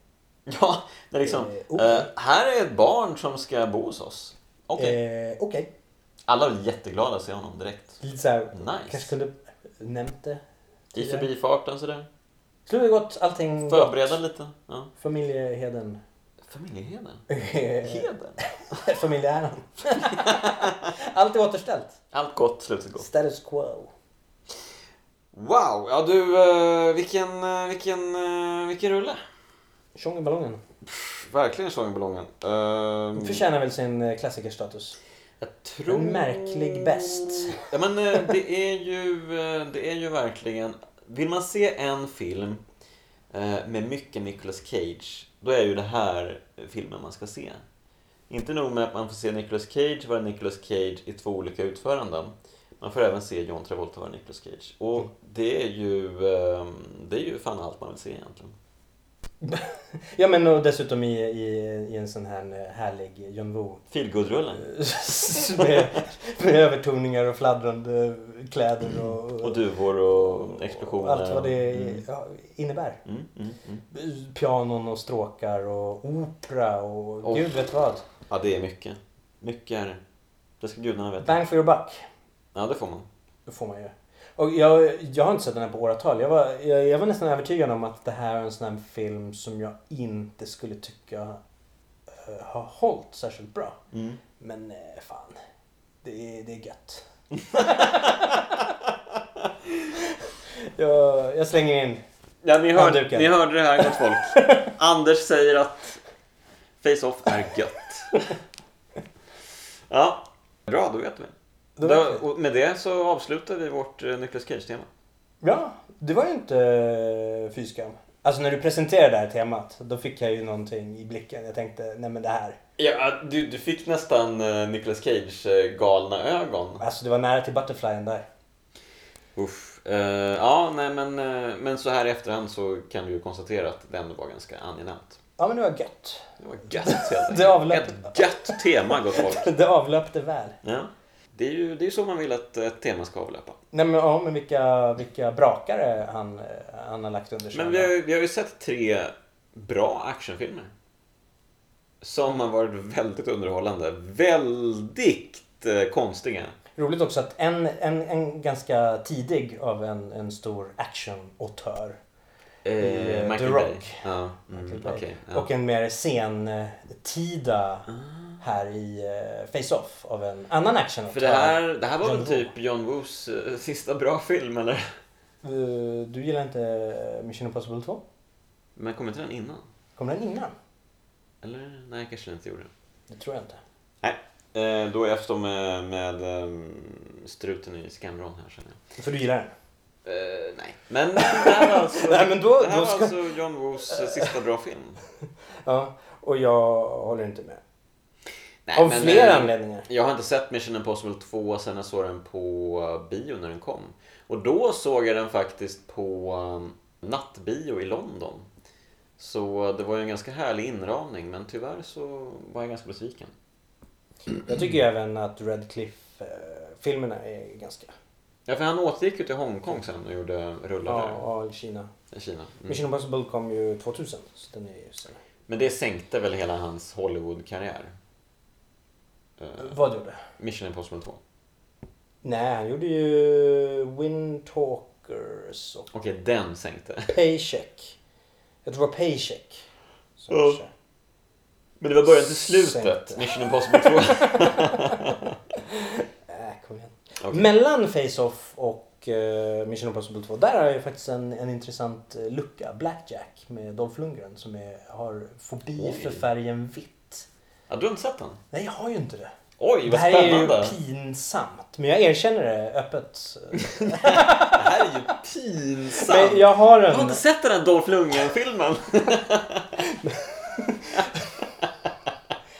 <laughs> Ja, det är liksom.
Eh, okej.
eh, här är ett barn som ska bo hos oss. Okej.
Eh, okej.
Alla är jätteglada att se honom direkt.
Lite såhär, kanske
Nice.
kunde nämnt det.
I
tidigare.
förbifarten sådär.
Skulle det gått allting gott.
Förbereda lite. Ja.
Familjeheden.
Familjeheden.
Eh,
Heden. <laughs>
Familjeäran. Allt är återställt.
Allt gott, slutet gott.
Status quo.
Wow, ja du, eh, vilken, eh, vilken, eh, vilken rulle.
Tjong i ballongen.
Verkligen sång i ballongen. Ehm,
Förtjänar väl sin eh, klassikerstatus.
jag tror...
En märklig bäst.
Ja men eh, det är ju, eh, det är ju verkligen vill man se en film eh, med mycket Nicolas Cage, då är ju det här filmen man ska se. Inte nog med att man får se Nicolas Cage vara Nicolas Cage i två olika utföranden. Man får även se John Travolta vara Nicolas Cage. Och
Mm.
det är ju, eh, det är ju fan allt man vill se egentligen.
Ja men och dessutom i, i, i en sån här eh, härlig John Woo.
Feelgood-rullen.
<laughs> med, med övertoningar och fladdrande eh, kläder och,
Och duvor och explosioner.
och allt vad det
Mm.
ja, innebär.
Mm, mm, mm.
Pianon och stråkar och opera och
Oh.
gud vet vad.
Ja, det är mycket. Mycket är det. Det ska gudarna veta.
Bang for your buck.
Ja, det får man.
Det får man ju. Och jag, jag har inte sett den här på åratal. Jag var, jag, jag var nästan övertygad om att det här är en sån här film som jag inte skulle tycka eh, har hållit särskilt bra.
Mm.
Men eh, fan, det är, det är gött. <laughs> jag, jag slänger in.
Ja, ni hörde,
Handduken.
ni hörde det här gott <laughs> folk. Anders säger att Face-Off är gött. Ja, bra då vet vi.
Då vet
Då, och med det så avslutar vi vårt eh, Nicolas Cage-tema.
Ja, det var ju inte eh, fy skam. Alltså när du presenterade det här temat, då fick jag ju någonting i blicken. Jag tänkte, nej men det här.
Ja, du, du fick nästan eh, Nicolas Cage-galna ögon.
Alltså det var nära till Butterflyen där.
Uff. Eh, ja, nej, men, eh, men så här i efterhand så kan vi ju konstatera att det ändå var ganska angenämt.
Ja men det var gött.
Det var gött helt enkelt.
Det avlöp.
Ett gött tema gott folk.
Det avlöpte väl.
Ja. Det är ju det är så man vill att ett tema ska avlöpa.
Nej men, ja, men vilka, vilka brakare han, eh, han har lagt under sig.
Men vi har, ju- vi har ju sett tre bra actionfilmer. Som har varit väldigt underhållande. Väldigt eh, konstiga.
Roligt också att en, en, en ganska tidig av en, en stor action-autör I, eh, The Rock.
Ja, mm,
Michael Bay.
okej, ja. Ah.
och en mer sentida här i eh, Face-Off av en annan action
För det här, det här var
John
väl typ John Woos eh, sista bra film, eller?
Eh, Du gillar inte eh, Mission Impossible 2?
Men kom inte den innan?
Kom den innan?
Eller? Nej, kanske den inte gjorde.
Det tror jag inte.
Nej, eh, då är jag förstå med, med ehm, struten i skamvrån här känner jag.
För du gillar den?
Eh, nej,
<laughs>
men det här var alltså,
Nej, men då-
det här
då
var
ska-
alltså John Woos eh, sista bra film.
Ja, och jag håller inte med.
Nej,
av
men,
flera
eh,
anledningar.
Jag har inte sett Mission Impossible 2 sen jag såg den på eh, bio när den kom. Och då såg jag den faktiskt på eh, nattbio i London. Så det var ju en ganska härlig inramning, men tyvärr så var jag ganska besviken.
Jag tycker ju även att Redcliffe-filmerna är ganska...
Ja, för han återgick ju till Hongkong sen och gjorde rullar
Ja, och Kina.
där, i Kina. Mm.
Mission Impossible kom ju 2000, så den är ju sen.
Men det sänkte väl hela hans Hollywood-karriär? Eh,
Vad gjorde?
Mission Impossible 2.
Nej, han gjorde ju Windtalkers
<laughs>
och
Okej, den sänkte.
Paycheck. Jag tror det var Paycheck. som
Ja.
kanske-
Men det var början till slutet,
Sänkte.
Mission Impossible 2.
<laughs> Äh, kom igen.
Okej.
Mellan Face-Off och eh, Mission Impossible 2, där har jag faktiskt en, en intressant eh, lucka. Blackjack med Dolph Lundgren som är, har fobi
Oj.
för färgen vitt.
Ja, du har inte sett den?
Nej, jag har ju inte det.
Oj,
det
vad
här
spännande!
är ju pinsamt, men jag erkänner det öppet.
Det här är ju pinsamt.
Men jag har
Du har
en...
inte sett den här Dolph
<laughs>
Lundgren-filmen?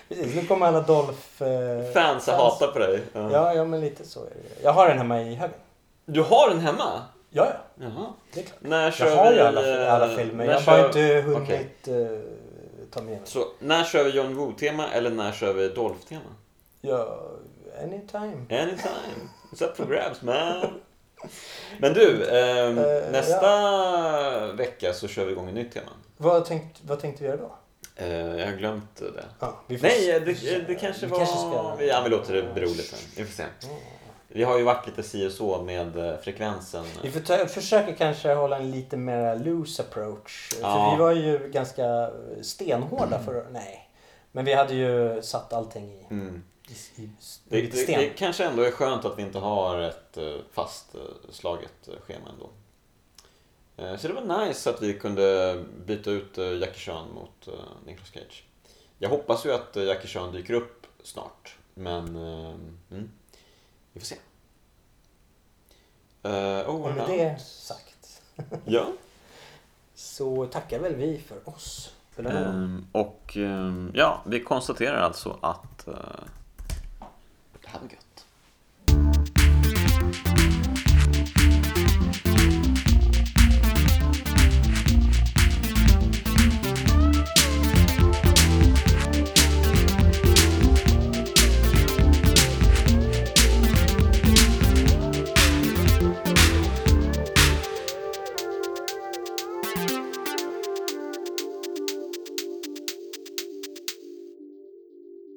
Precis, nu kommer alla Dolph... eh,
Fans hatar på dig. Ja.
Ja, ja, men lite så är det ju. Jag har den hemma i högen.
Du har den hemma?
Ja, ja.
Jaha.
Det är klart.
När kör
Jag har
vi...
ju alla,
eh,
alla filmer.
när
Jag har
kör-
inte
Okej.
hunnit eh, ta med mig.
Så, när kör vi John Woo-tema eller när kör vi Dolph-tema?
Ja, anytime.
Anytime. It's up for grabs man. Men du, ehm,
Eh,
nästa vecka så kör vi igång ett nytt tema.
Vad tänkte, vad tänkte vi göra då?
Eh, jag har glömt det.
Ja, vi får se.
Nej, eh, det, det kanske
Vi
var...
kanske ska- Mm.
vi, ja, vi låter det bero lite. Vi får se. Vi har ju varit lite si och så med eh, frekvensen.
Vi får ta, försöka kanske hålla en lite mer loose approach.
Ja.
För vi var ju ganska stenhårda för Nej. Men vi hade ju satt allting i,
Mm.
i, i,
Det,
i lite
det, det
sten.
kanske ändå är skönt att vi inte har ett eh, fastslaget eh, schema ändå. Eh, Så det var nice att vi kunde byta ut eh, Jackie Chan mot eh, Nicolas Cage. Jag hoppas ju att eh, Jackie Chan dyker upp snart, men eh, mm, vi får se. Eh, oh,
Och med
ja.
det sagt.
Ja.
Så tackar väl vi för oss. För den här gången.
Ehm, och ehm, ja, vi konstaterar alltså att... eh,
Det här var gött.